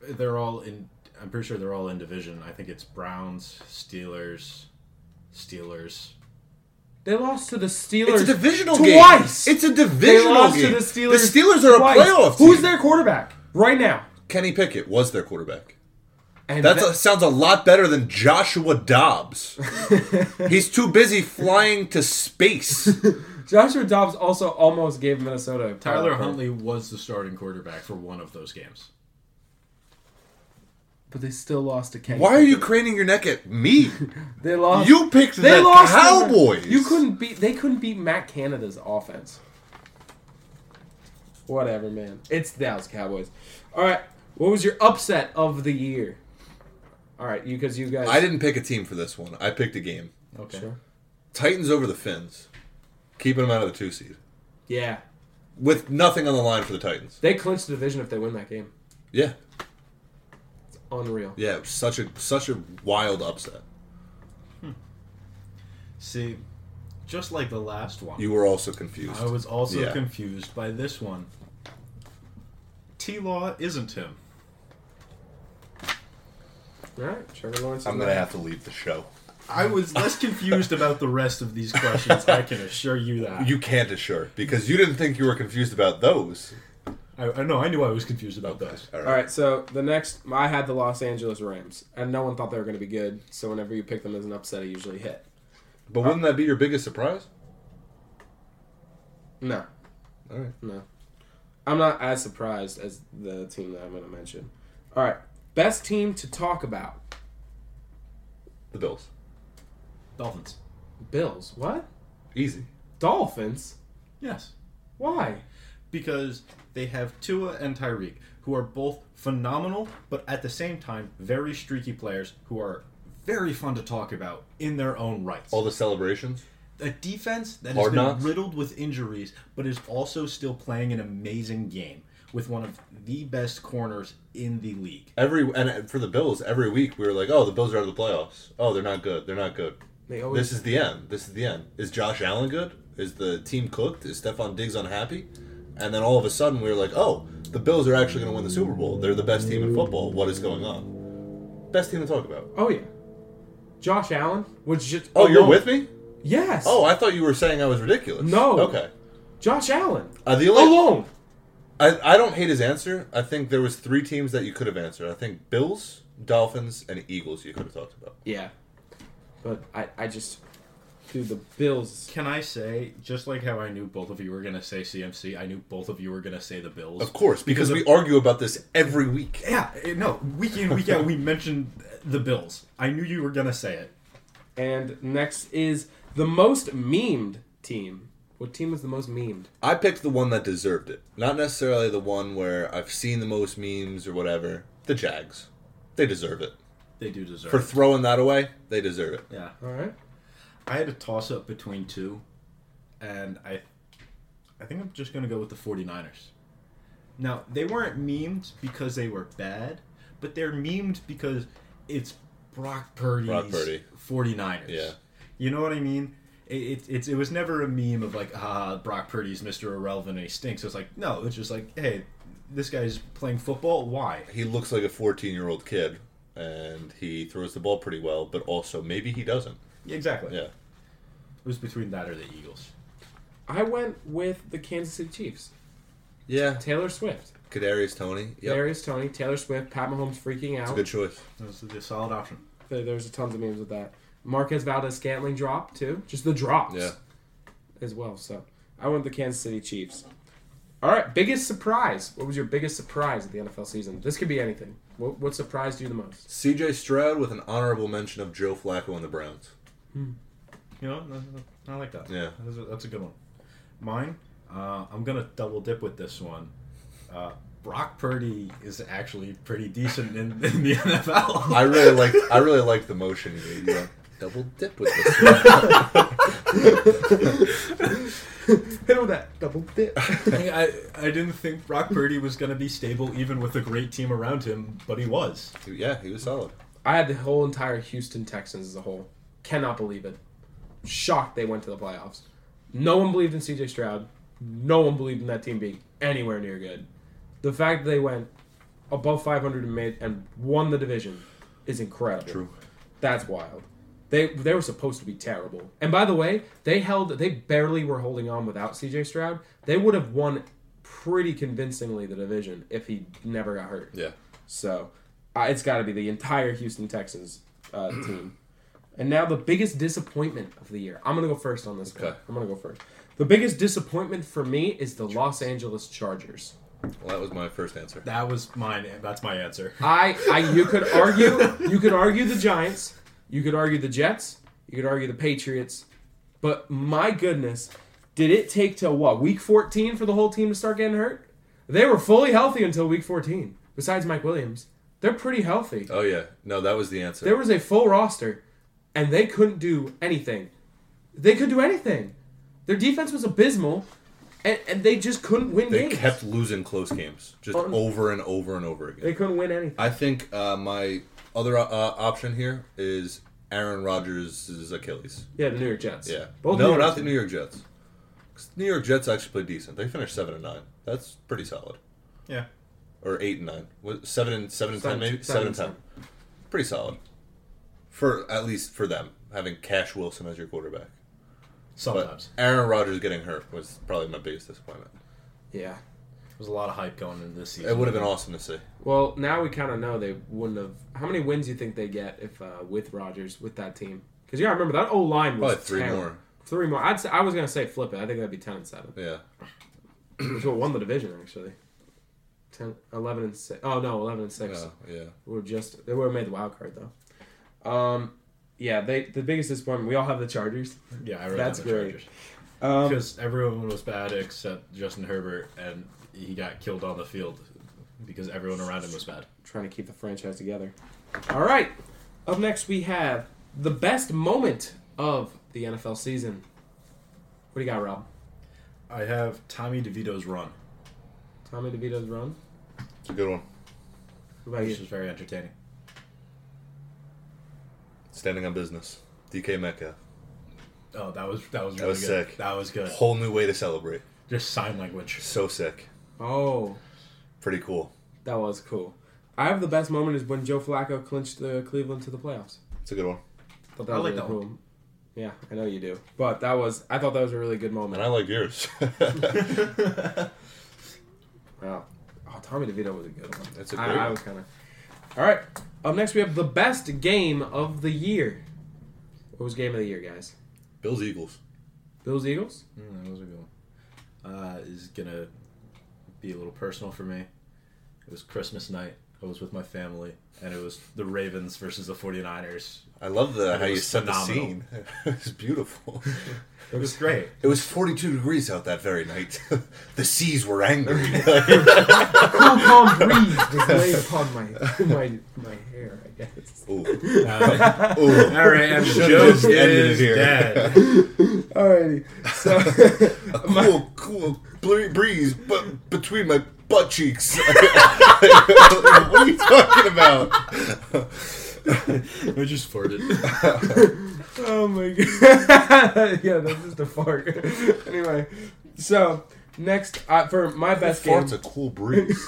C: right. They're all in. I'm pretty sure they're all in division. I think it's Browns, Steelers, Steelers.
A: They lost to the Steelers.
B: It's a divisional game.
A: twice.
B: It's a
A: They
B: divisional
A: lost
B: game.
A: to the Steelers.
B: The Steelers are
A: twice.
B: a playoff team.
A: Who's their quarterback right now?
B: Kenny Pickett was their quarterback.
A: And
B: That
A: that-
B: sounds a lot better than
A: *laughs*
B: Joshua Dobbs. He's too busy flying to space.
A: Joshua Dobbs also almost gave Minnesota. a
C: Tyler
A: playoff berth.
C: Huntley was the starting quarterback for one of those games.
A: but they still lost to Kenny.
B: Why are you
A: Pickett.
B: craning your neck
A: *laughs*
B: at me?
A: They lost.
B: You picked
A: They
B: the
A: lost. to
B: Cowboys.
A: you couldn't beat. They couldn't beat Matt Canada's offense. Whatever, man. It's Dallas Cowboys. All right. What was your upset of the year? All right, you because you guys.
B: I didn't pick a team for this one. I picked a game.
C: Okay.
A: Sure.
B: Titans over the Finns, keeping them out of the two seed
A: Yeah,
B: with nothing on the line for the Titans.
A: they clinch the division if they win that game.
B: Yeah,
A: Unreal.
B: yeah, it was such a such a wild upset.
C: See, just like the last one,
B: You were also confused.
C: I was also
B: Yeah.
C: confused by this one. T Law isn't him.
A: All right, Trevor Lawrence.
B: I'm gonna have to leave the show.
C: I was *laughs* less confused about the rest of these questions. I can assure you that.
B: You can't assure because you didn't think you were confused about those.
C: I, I know. I knew I was confused about those.
A: All right, so the next I had the Los Angeles Rams, and no one thought they were going to be good. So whenever you pick them as an upset, I usually hit.
B: But wouldn't that be your biggest surprise?
A: No,
B: All right.
A: no, I'm not as surprised as the team that I'm going to mention. All right, best team to talk about:
B: The Bills.
C: Dolphins.
A: Bills. What?
B: Easy.
A: Dolphins.
C: Yes,
A: Why?
C: because they have Tua and Tyreek, who are both phenomenal, but at the same time very streaky players who are very fun to talk about in their own rights.
B: All the celebrations.
C: a defense that has
B: Hard
C: been
B: knocks.
C: riddled with injuries, but is also still playing an amazing game with one of the best corners in the league.
B: Every and for the Bills, every week we were like, "Oh, the Bills are out of the playoffs. Oh, they're not good. They're not good.
A: They always-
B: this is the end. This is the end. Is Josh Allen good? Is the team cooked? Is Stephon Diggs unhappy?" And then all of a sudden we were like, "Oh, the Bills are actually going to win the Super Bowl. They're the best team in football. What is going on? Best team to talk about."
A: Oh yeah, Josh Allen was just.
B: Oh, you're
A: alone-
B: with me?
A: Yes.
B: Oh, I thought you were saying I was ridiculous.
A: No.
B: Okay.
A: Josh Allen
B: Uh, the only,
A: alone.
B: I, I don't hate his answer. I think there was three teams that you could have answered. I think Bills, Dolphins, and Eagles you could have talked about.
A: Yeah, but I I just dude the Bills.
C: Can I say, just like how I knew both of you were going to say CMC, I knew both of you were going to say the Bills.
B: Of course, because,
C: Because
B: we argue about this every week.
C: Yeah, eh, no, week in, week out, we mentioned the Bills. I knew you were going to say it.
A: And next is the most memed team. What team was the most memed?
B: I picked the one that deserved it. Not necessarily the one where I've seen the most memes or whatever. The Jags. They deserve it.
C: They do deserve
B: For
C: it.
B: throwing that away, they deserve it.
C: Yeah.
A: All right.
C: I had a toss up between two, and I I think I'm just going to go with the 49ers. Now, they weren't memed because they were bad, but they're memed because it's Brock Purdy's
B: Brock Purdy.
C: 49ers.
B: Yeah.
C: You know what I mean? It, it, it's it was never a meme of like, ah, Brock Purdy's Mr. Irrelevant and he stinks. It's like, no, it's just like, hey, this guy's playing football. Why?
B: He looks like a 14 year old kid, and he throws the ball pretty well, but also maybe he doesn't.
C: Exactly.
B: Yeah.
C: It was between that or the Eagles.
A: I went with the Kansas City Chiefs.
B: Yeah.
A: Taylor Swift,
B: Kadarius Tony. Yep.
A: Darius Tony, Taylor Swift, Pat Mahomes freaking
B: It's a
A: out.
B: good choice.
C: That was a solid option.
A: There- There's tons of memes with that. Marquez Valdez Scantling drop too. Just the drops.
B: Yeah.
A: As well. So I went with the Kansas City Chiefs. All right. Biggest surprise. What was your biggest surprise of the NFL season? This could be anything. What, what surprised you the
B: *laughs*
A: most? *laughs*
B: CJ Stroud with an honorable mention of Joe Flacco and the Browns.
C: You know, no, no, no, I like that.
B: Yeah.
C: that's a, that's a good one. Mine, uh, I'm gonna double dip with this one. Uh, Brock Purdy is actually pretty decent in, *laughs* in the NFL.
B: I really like I really like the motion you made. You went, double dip with *laughs* this. one."
A: Hit him with that double dip.
C: *laughs*
A: *laughs*
C: I, I didn't think Brock Purdy was gonna be stable even with a great team around him, but he was.
B: yeah, he was solid.
A: I had the whole entire Houston Texans as a whole. Cannot believe it. Shocked they went to the playoffs. No one believed in CJ Stroud. No one believed in that team being anywhere near good. The fact that they went above 500 and made and won the division is incredible.
B: True.
A: That's wild. They they were supposed to be terrible. And by the way, they held they barely were holding on without CJ Stroud. They would have won pretty convincingly the division if he never got hurt.
B: Yeah.
A: So uh, it's got to be the entire Houston Texans uh, team. And now the biggest disappointment of the year. I'm gonna go first on this. One.
B: Okay.
A: I'm gonna go first. The biggest disappointment for me is the Los Angeles Chargers.
B: Well, that was my first answer.
C: That was mine. That's my answer.
A: I, I you could argue you could argue the Giants, you could argue the Jets, you could argue the Patriots, but my goodness, did it take till what week 14 for the whole team to start getting hurt? They were fully healthy until week 14. Besides Mike Williams, They're pretty healthy.
B: Oh yeah, no, that was the answer.
A: There was a full roster, and they couldn't do anything. They could do anything. Their defense was abysmal, and, and they just couldn't win
B: they
A: games.
B: kept losing close games, just
A: Um,
B: over and over and over again.
A: They couldn't win anything.
B: I think uh, my other uh, option here is Aaron Rodgers' Achilles.
A: Yeah, the New York Jets.
B: Yeah.
A: Both
B: no,
A: New York
B: not the
A: did.
B: New York Jets. 'Cause the New York Jets actually played decent. They finished seven and nine. That's pretty solid.
C: Yeah.
B: Or eight and nine. Was seven and seven and
A: Seven-
B: ten maybe?
A: seven
B: Seven,
A: and
B: and ten. Pretty solid. For at least for them, having Cash Wilson as your quarterback. But
C: Sometimes
B: Aaron Rodgers getting hurt was probably my biggest disappointment.
A: Yeah.
C: there's a lot of hype going into this season.
B: It would have been awesome to see.
A: Well, now we kind of know they wouldn't have. How many wins do you think they get if uh, with Rodgers with that team? Because yeah, I remember that O line was
B: Probably three
A: terrible.
B: more.
A: Three more. I'd say, I was gonna say flip it. I think that'd be ten and seven.
B: Yeah.
A: Which what won the division actually. 10, 11 and six. Oh no, eleven and six.
B: Yeah. Yeah.
A: We're just they would have made the wild card though. Um, yeah, they the biggest disappointment. We all have the Chargers.
C: Yeah, I wrote
A: That's
C: That's
A: great.
C: great.
A: Um,
C: Because everyone was bad except Justin Herbert, and he got killed on the field because everyone around him was bad.
A: trying to keep the franchise together. All right. Up next, we have the best moment of the NFL season. What do you got, Rob?
C: I have Tommy DeVito's run,
A: Tommy DeVito's run.
B: It's a good one.
A: What about
C: which
A: you?
C: was very entertaining.
B: Standing on business. DK Metcalf.
C: Oh, that was that was really
B: That was
C: good.
B: sick.
C: That was good.
B: Whole new way to celebrate.
C: Just sign language.
B: So sick.
A: Oh,
B: Pretty cool.
A: that was cool. I have the best moment is when Joe Flacco clinched the Cleveland to the playoffs.
B: It's a good one.
A: Thought that
C: I
A: was
C: like
A: really
C: that one.
A: cool. Yeah, I know you do. But that was I thought that was a really good moment.
B: And I like yours. *laughs*
A: Wow. Oh, Tommy DeVito was a good one.
B: That's a
A: I-
B: great
A: I
B: one.
A: was kind of. All right. Up next, we have the best game of the year. What was game of the year, guys?
B: Bills Eagles.
A: Bills *laughs* Eagles.
C: Mm, that was a good one. Uh, is gonna be a little personal for me. It was Christmas night. I was with my family, and it was the Ravens versus the 49ers.
B: I love the
C: It
B: how you
C: was
B: set
C: phenomenal.
B: the scene. *laughs* it's beautiful.
C: It
B: *laughs*
C: was great.
B: It was 42 degrees out that very night. *laughs* the seas were
C: *laughs*
B: angry.
A: Cool calm breeze was laying upon my my my hair. I guess.
B: Ooh.
C: Uh,
B: Ooh.
C: all right, and the
B: Should've
C: joke
B: just ended
C: is
B: it here.
C: dead.
A: *laughs*
B: *laughs*
A: Alrighty. So *laughs*
B: A cool, cool bre- breeze but between my butt cheeks. *laughs* what are you talking about?
C: I just farted.
A: Oh my god. *laughs* yeah, that's just a fart. *laughs* anyway, so next uh, for my best game.
B: Farts a cool breeze.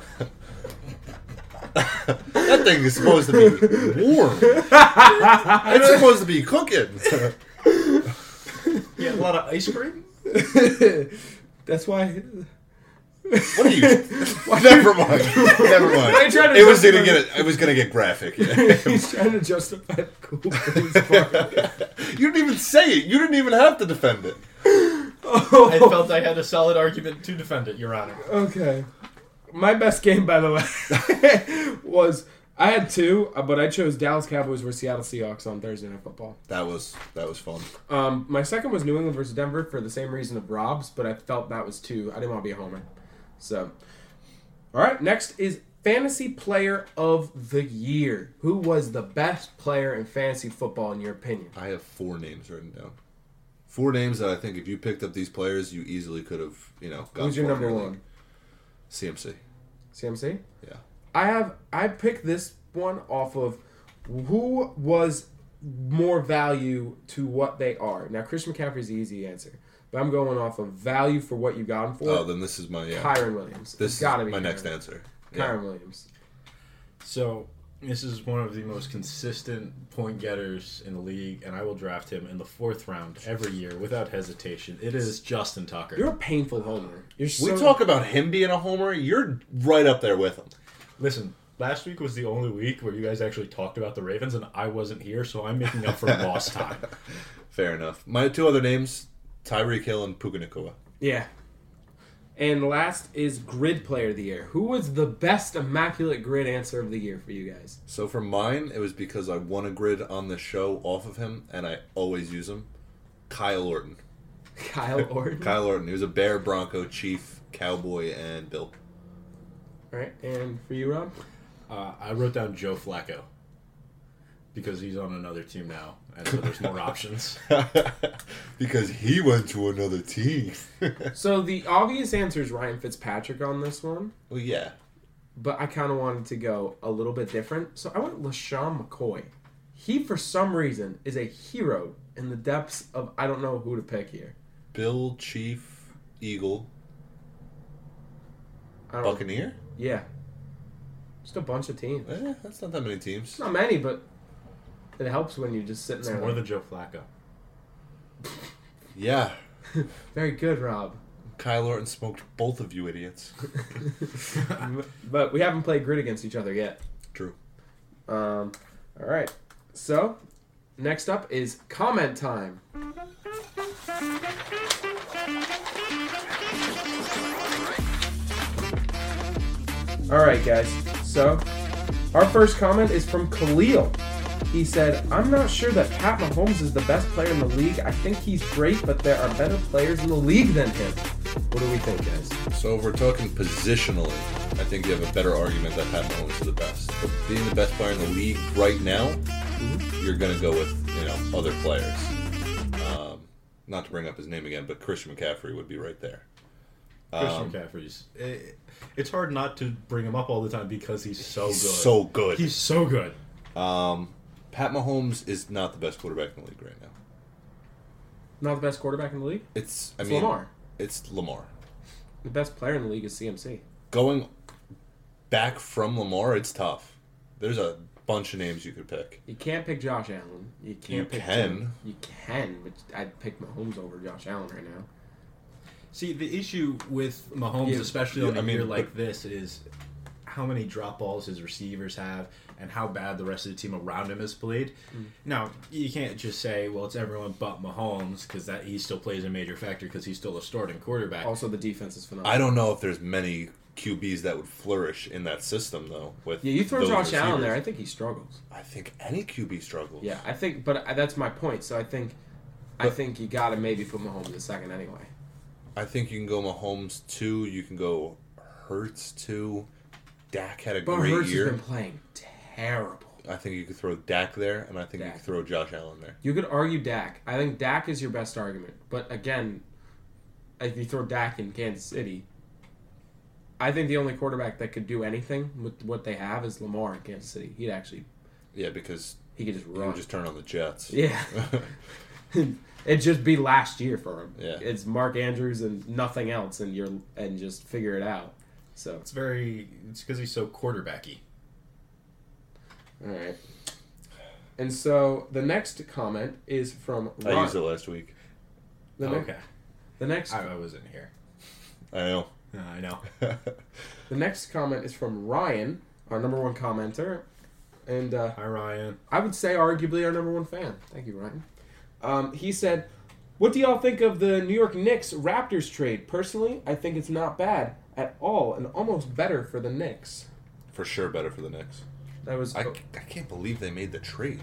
B: *laughs* that thing is supposed to be warm. it's supposed to be cooking.
C: Yeah, a lot of ice
B: *laughs*
C: cream.
A: *laughs* that's why.
B: What are you? Never mind. Never mind.
A: I tried to
B: it was
A: justify-
B: gonna get. It was gonna get graphic. *laughs*
A: He's trying to justify the cool breeze fart.
B: you didn't even say it. You didn't even have to defend it.
C: *laughs* I felt I had a solid argument to defend it, Your Honor.
A: Okay. My best game, by the way, *laughs* was I had two, uh, but I chose Dallas Cowboys versus Seattle Seahawks on Thursday Night Football.
B: That was that was fun.
A: Um, my second was New England versus Denver for the same reason of Rob's, but I felt that was two. I didn't want to be a homer. So, all right. Next is fantasy player of the year. Who was the best player in fantasy football in your opinion?
B: I have four names written down. Four names that I think if you picked up these players, you easily could have you know. gotten
A: Who's your
B: far in
A: number
B: the league.
A: one?
B: CMC.
A: CMC.
B: Yeah.
A: I have I picked this one off of who was more value to what they are. Now Christian McCaffrey's the easy answer, but I'm going off of value for what you got him for.
B: Oh, then this is my yeah.
A: Kyron Williams.
B: this
A: it's
B: is
A: gotta be
B: my
A: Kyron.
B: next answer.
A: Kyron
B: Yeah.
A: Williams.
C: So this is one of the most consistent point getters in the league, and I will draft him in the fourth round every year without hesitation. It is Justin Tucker.
A: You're a painful homer. You're
B: We
A: so,
B: talk about him being a homer. You're right up there with him.
C: Listen, last week was the only week where you guys actually talked about the Ravens, and I wasn't here, so I'm
B: *laughs*
C: making up for lost time.
B: Fair enough. My two other names, Tyreek Hill and Puka Nakua.
A: Yeah. And last is grid player of the year. Who was the best immaculate grid answer of the year for you guys? *laughs*
B: So for mine, it was because I won a grid on the show off of him, and I always use him. Kyle Orton.
A: Kyle Orton.
B: *laughs* Kyle Orton. He was a Bear, Bronco, Chief, Cowboy, and Bill.
A: All right, and for you, Rob.
C: Uh, I wrote down Joe Flacco because he's on another team now, and so there's more options.
B: *laughs* because he went to another team. *laughs*
A: So the obvious answer is Ryan Fitzpatrick on this one,
B: well, yeah.
A: but I kind of wanted to go a little bit different. So I went LaShawn McCoy. He, for some reason, is a hero in the depths of I don't know who to pick here.
B: Bill Chief Eagle
A: I don't
B: Buccaneer?
A: Yeah. Just a bunch of teams.
B: Eh, that's not that many
A: It's
B: teams.
A: not many, but it helps when you're just sitting
C: It's
A: there.
C: more
A: like,
C: than Joe Flacco.
B: Yeah.
A: Very good, Rob.
B: Kyle Orton smoked both of you
C: *laughs*
B: idiots.
C: Ah.
A: but we haven't played grid against each other yet.
B: True.
A: Um, all right. So, next up is comment time. All right, guys. So, our first comment is from Khalil. He said, I'm not sure that Pat Mahomes is the best player in the league. I think he's great, but there are better players in the league than him. What do we think, guys?
B: So if we're talking positionally, I think you have a better argument that Pat Mahomes is the best. But being the best player in the league right now,
C: Mm-hmm.
B: you're going to go with you know other players. Um, not to bring up his name again, but Christian McCaffrey would be right there.
C: Christian
B: Um,
C: McCaffrey's. It, it's hard not to bring him up all the time because he's so
B: He's
C: good.
B: so good.
C: He's so good.
B: Um, Pat Mahomes is not the best quarterback in the league right now.
A: Not the best quarterback in the league?
B: It's I
A: It's
B: mean
A: Lamar.
B: It's Lamar.
A: The best player in the league is CMC.
B: Going back from Lamar, it's tough. There's a bunch of names you could pick.
A: You can't pick Josh Allen. You can't
B: You
A: pick
B: can.
A: Jim. You can, but I'd pick Mahomes over Josh Allen right now.
C: See, the issue with Mahomes,
A: Yeah,
C: especially
B: yeah,
C: on a
B: I mean,
C: year
B: but-
C: like this, is how many drop balls his receivers have and how bad the rest of the team around him has played. Now, you can't just say, well, it's everyone but Mahomes because that he still plays a major factor because he's still a starting quarterback.
A: Also, the defense is phenomenal.
B: I don't know if there's many QBs that would flourish in that system though. With
A: yeah, you throw
B: those
A: Josh Allen
B: receivers.
A: there, I think he struggles.
B: I think any QB struggles.
A: Yeah, I think, but I, that's my point. So I think, I
B: But-
A: think you gotta maybe put Mahomes in second anyway.
B: I think you can go Mahomes two. You can go Hurts two. Dak had a
A: But
B: great
A: Hurts
B: year.
A: has been playing terrible.
B: I think you could throw Dak there, and I think you
A: Dak.
B: could throw Josh Allen there.
A: You could argue Dak. I think Dak is your best argument. But again, if you throw Dak in Kansas City, I think the only quarterback that could do anything with what they have is Lamar in Kansas City. He'd actually
B: Yeah, because
A: he could just
B: you
A: run.
B: can just turn on the Jets. *laughs*
A: Yeah. *laughs* It'd just be last year for him.
B: Yeah.
A: It's Mark Andrews and nothing else, and you're and just figure it out. So
C: It's very, it's because he's so quarterbacky.
A: all right. And so the next comment is from Ron.
B: I used it last week.
A: The, ne-
C: okay.
A: the next
C: I, I wasn't here.
B: I know. *laughs*
C: Uh, I know.
A: the next comment is from Ryan, our number one commenter, and uh,
C: Hi, Ryan.
A: I would say arguably our number one fan. Thank you, Ryan. Um, he said, "What do y'all think of the New York Knicks Raptors trade? Personally, I think it's not bad at all, and almost better for the Knicks."
B: For sure, better for the Knicks.
A: That was
B: I, I can't believe they made the trade.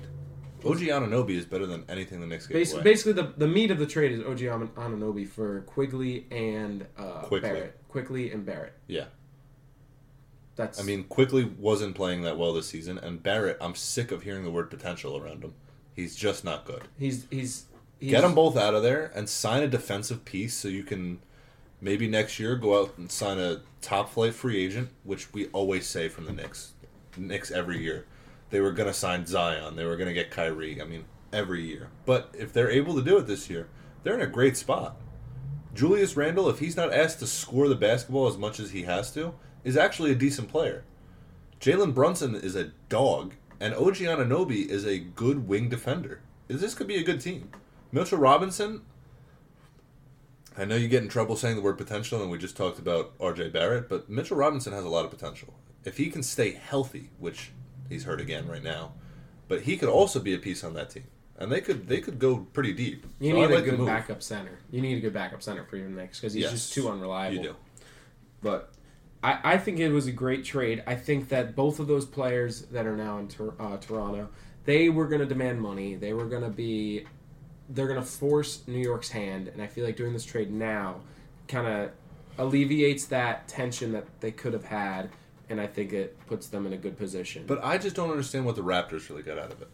B: OG Ananobi is better than anything the Knicks gave
A: Bas-
B: away.
A: basically, the, the meat of the trade is OG Anon- Ananobi for Quigley and uh,
B: Quickly.
A: Barrett. Quickly and Barrett.
B: yeah,
A: That's
B: I mean, quickly wasn't playing that well this season, and Barrett. I'm sick of hearing the word potential around him. He's just not good.
A: he's he's, he's
B: Get them both out of there and sign a defensive piece so you can maybe next year go out and sign a top flight free agent, which we always say from the Knicks. Knicks every year. They were going to sign Zion. They were going to get Kyrie. I mean, every year. But if they're able to do it this year, they're in a great spot. Julius Randle, if he's not asked to score the basketball as much as he has to, is actually a decent player. Jalen Brunson is a dog, and OG Ananobi is a good wing defender. This could be a good team. Mitchell Robinson, I know you get in trouble saying the word potential, and we just talked about RJ Barrett, but Mitchell Robinson has a lot of potential. If he can stay healthy, which he's hurt again right now, but he could also be a piece on that team. And they could they could go pretty deep.
A: You
B: So
A: need
B: I
A: a
B: like the
A: good
B: move.
A: backup center. You need a good backup center for your Knicks because he's
B: Yes,
A: just too unreliable.
B: You do.
A: But I, I think it was a great trade. I think that both of those players that are now in Tor- uh, Toronto, they were going to demand money. They were going to be, they're going to force New York's hand. And I feel like doing this trade now kind of alleviates that tension that they could have had and I think it puts them in a good position.
B: But I just don't understand what the Raptors really got out of it.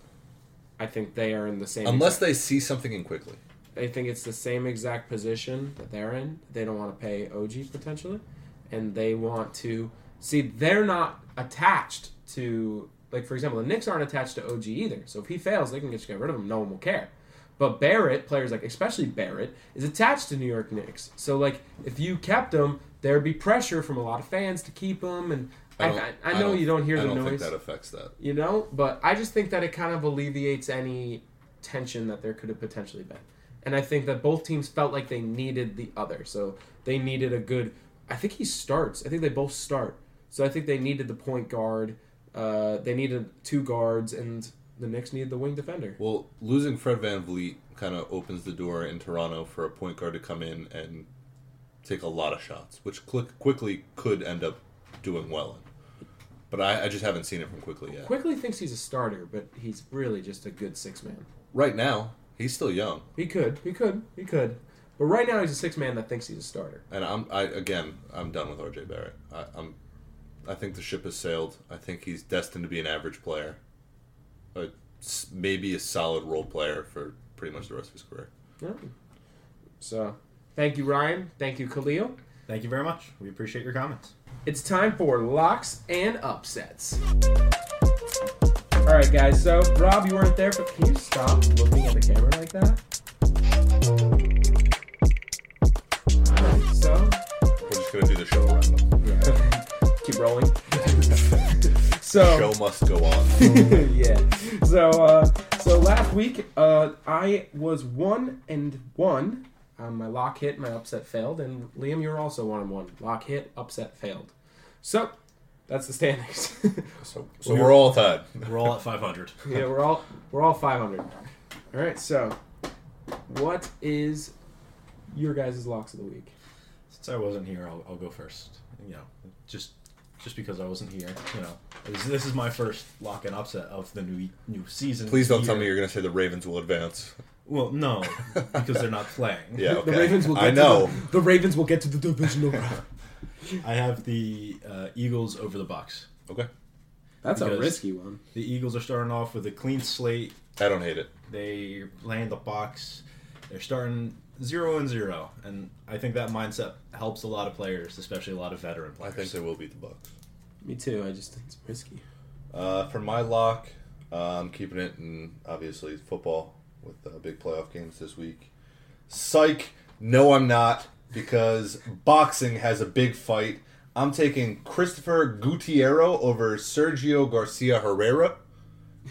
A: I think they are in the same.
B: Unless they see something in quickly.
A: they think it's the same exact position that they're in. They don't want to pay OG potentially, and they want to see they're not attached to like for example the Knicks aren't attached to OG either. So if he fails, they can just get rid of him. No one will care. But Barrett, players like especially Barrett, is attached to New York Knicks. So like if you kept him, there'd be pressure from a lot of fans to keep him. And I, I, I, know you don't hear
B: I
A: the
B: don't
A: noise
B: think that affects that.
A: you know but i just think that it kind of alleviates any tension that there could have potentially been and i think that both teams felt like they needed the other so they needed a good i think he starts i think they both start so i think they needed the point guard uh, they needed two guards and the Knicks needed the wing defender
B: Well, losing Fred Van Vliet kind of opens the door in Toronto for a point guard to come in and take a lot of shots, which quick, quickly could end up doing well in. But I, I just haven't seen it from quickly yet.
A: quickly thinks he's a starter but he's really just a good six man
B: Right now, he's still young,
A: he could he could he could but right now he's a six man that thinks he's a starter
B: and I'm I again I'm done with RJ Barrett. I, I'm I think the ship has sailed. I think he's destined to be an average player, a, s- maybe a solid role player for pretty much the rest of his career.
A: yeah. so thank you ryan thank you khalil
C: Thank you very much. We appreciate your comments.
A: It's time for locks and upsets. All right, guys. So Rob, you weren't there, but can you stop looking at the camera like that? All right, so
B: We're just gonna do the show around.
A: keep rolling. *laughs* so
B: Show must go
A: *laughs*
B: on.
A: yeah. So uh, so last week uh, I was one and one. Um, my lock hit, my upset failed, and Liam, you're also one and one. Lock hit, upset failed. So that's the standings. *laughs*
B: So, so we're all tied.
C: We're *laughs* all at 500.
A: yeah, we're all we're all 500. All right. So what is your guys' locks of the week?
C: Since I wasn't here, I'll, I'll go first. You know, just just because I wasn't here, you know, this, this is my first lock and upset of the new new season.
B: Please don't tell me
C: year.
B: you're going to say the Ravens will advance. *laughs*
C: Well, no, because they're not playing.
B: Yeah, okay.
A: The Ravens will get
B: I know.
A: To the, the Ravens will get to the *laughs* divisional round.
C: I have the uh, Eagles over the Bucks.
B: Okay.
A: That's a
C: Because-
A: risky one.
C: The Eagles are starting off with a clean slate.
B: I don't hate it.
C: They're playing the Bucks. They're starting zero and zero, and I think that mindset helps a lot of players, especially a lot of veteran
B: I
C: players.
B: think they will beat the Bucks.
A: Me too. I just think it's risky.
B: Uh, for my lock, uh, I'm keeping it in obviously football with uh, big playoff games this week. Psych. No, I'm not because boxing has a big fight. I'm taking Christopher Gutierrez over Sergio Garcia Herrera.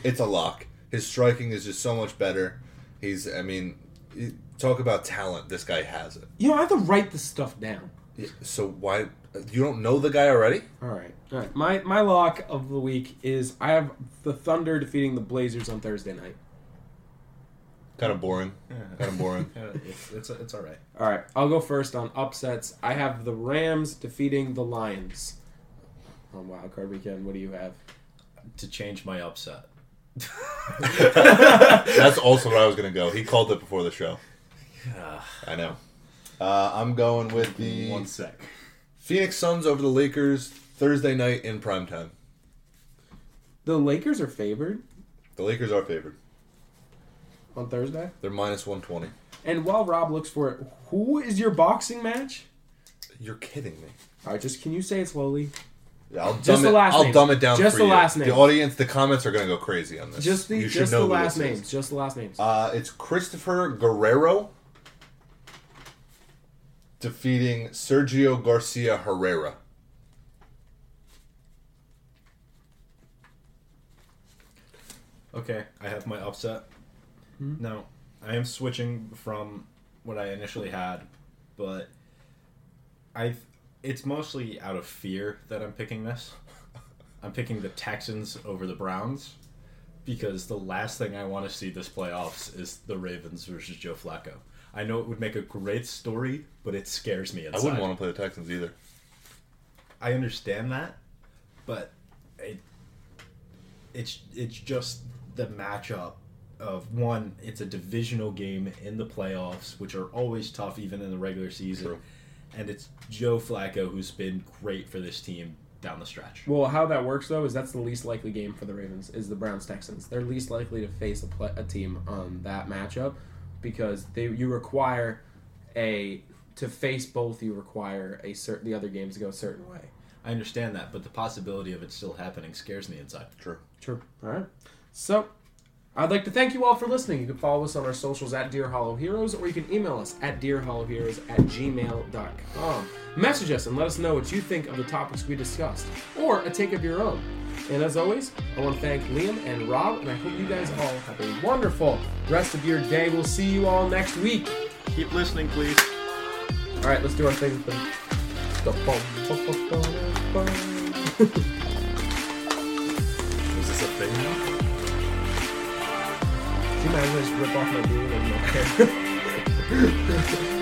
B: It's a lock. His striking is just so much better. He's, I mean, it- talk about talent. This guy has it.
A: You know, I have to write this stuff down.
B: Yeah, So why you don't know the guy already?
A: All right, all right. My my lock of the week is I have the Thunder defeating the Blazers on Thursday night.
B: Kind of boring. *laughs*
C: Yeah.
B: Kind of boring.
C: *laughs* Yeah, it's, it's, it's all right.
A: All right, I'll go first on upsets. I have the Rams defeating the Lions on Wild Card Weekend. What do you have?
C: To change
B: *laughs*
C: my upset. *laughs* Ah.
B: That's also where I was gonna go. He called it before the show. I know. Uh, I'm going with the
C: One sec.
B: Phoenix Suns over the Lakers Thursday night in primetime.
A: The Lakers are favored
B: The Lakers are favored.
A: on Thursday.
B: They're minus 120.
A: And while Rob looks for it, who is your boxing match?
B: You're kidding me.
A: All right, just can you say it slowly?
B: I'll dumb
A: Just
B: it,
A: the last
B: I'll
A: name.
B: dumb it down
A: Just
B: for
A: the
B: you.
A: last name.
B: The audience, the comments are gonna go crazy on this.
A: Just the
B: You should
A: just
B: know
A: the
B: who
A: last
B: this is.
A: names. Just the last names.
B: Uh, it's Christopher Guerrero defeating Sergio Garcia Herrera.
C: Okay, I have my upset. Now, I am switching from what I initially had, but I it's mostly out of fear that I'm picking this. *laughs* I'm picking the Texans over the Browns because the last thing I want to see this playoffs is the Ravens versus Joe Flacco. I know it would make a great story, but it scares me
B: I
C: inside.
B: wouldn't want to play the Texans either.
C: I understand that, but it, it's it's just the matchup of one. It's a divisional game in the playoffs, which are always tough, even in the regular season.
B: True.
C: And it's Joe Flacco who's been great for this team down the stretch.
A: Well, how that works though is that's the least likely game for the Ravens is the Browns Texans. They're least likely to face a, play, a team on that matchup because they you require a to face both you require a certain the other games to go a certain way.
C: I understand that, but the possibility of it still happening scares me inside.
B: True.
A: True. All right. So, I'd like to thank you all for listening. You can follow us on our socials at Dear Hollow Heroes, or you can email us at dearhollowheroes at gmail.com. Message us and let us know what you think of the topics we discussed, or a take of your own. And as always, I want to thank Liam and Rob, and I hope you guys all have a wonderful rest of your day. We'll see you all next week.
D: Keep listening, please.
A: All right, let's do our thing.
B: *laughs*
A: with the-
B: Is this a thing now?
A: Do you mind if I just rip off my beard and my hair?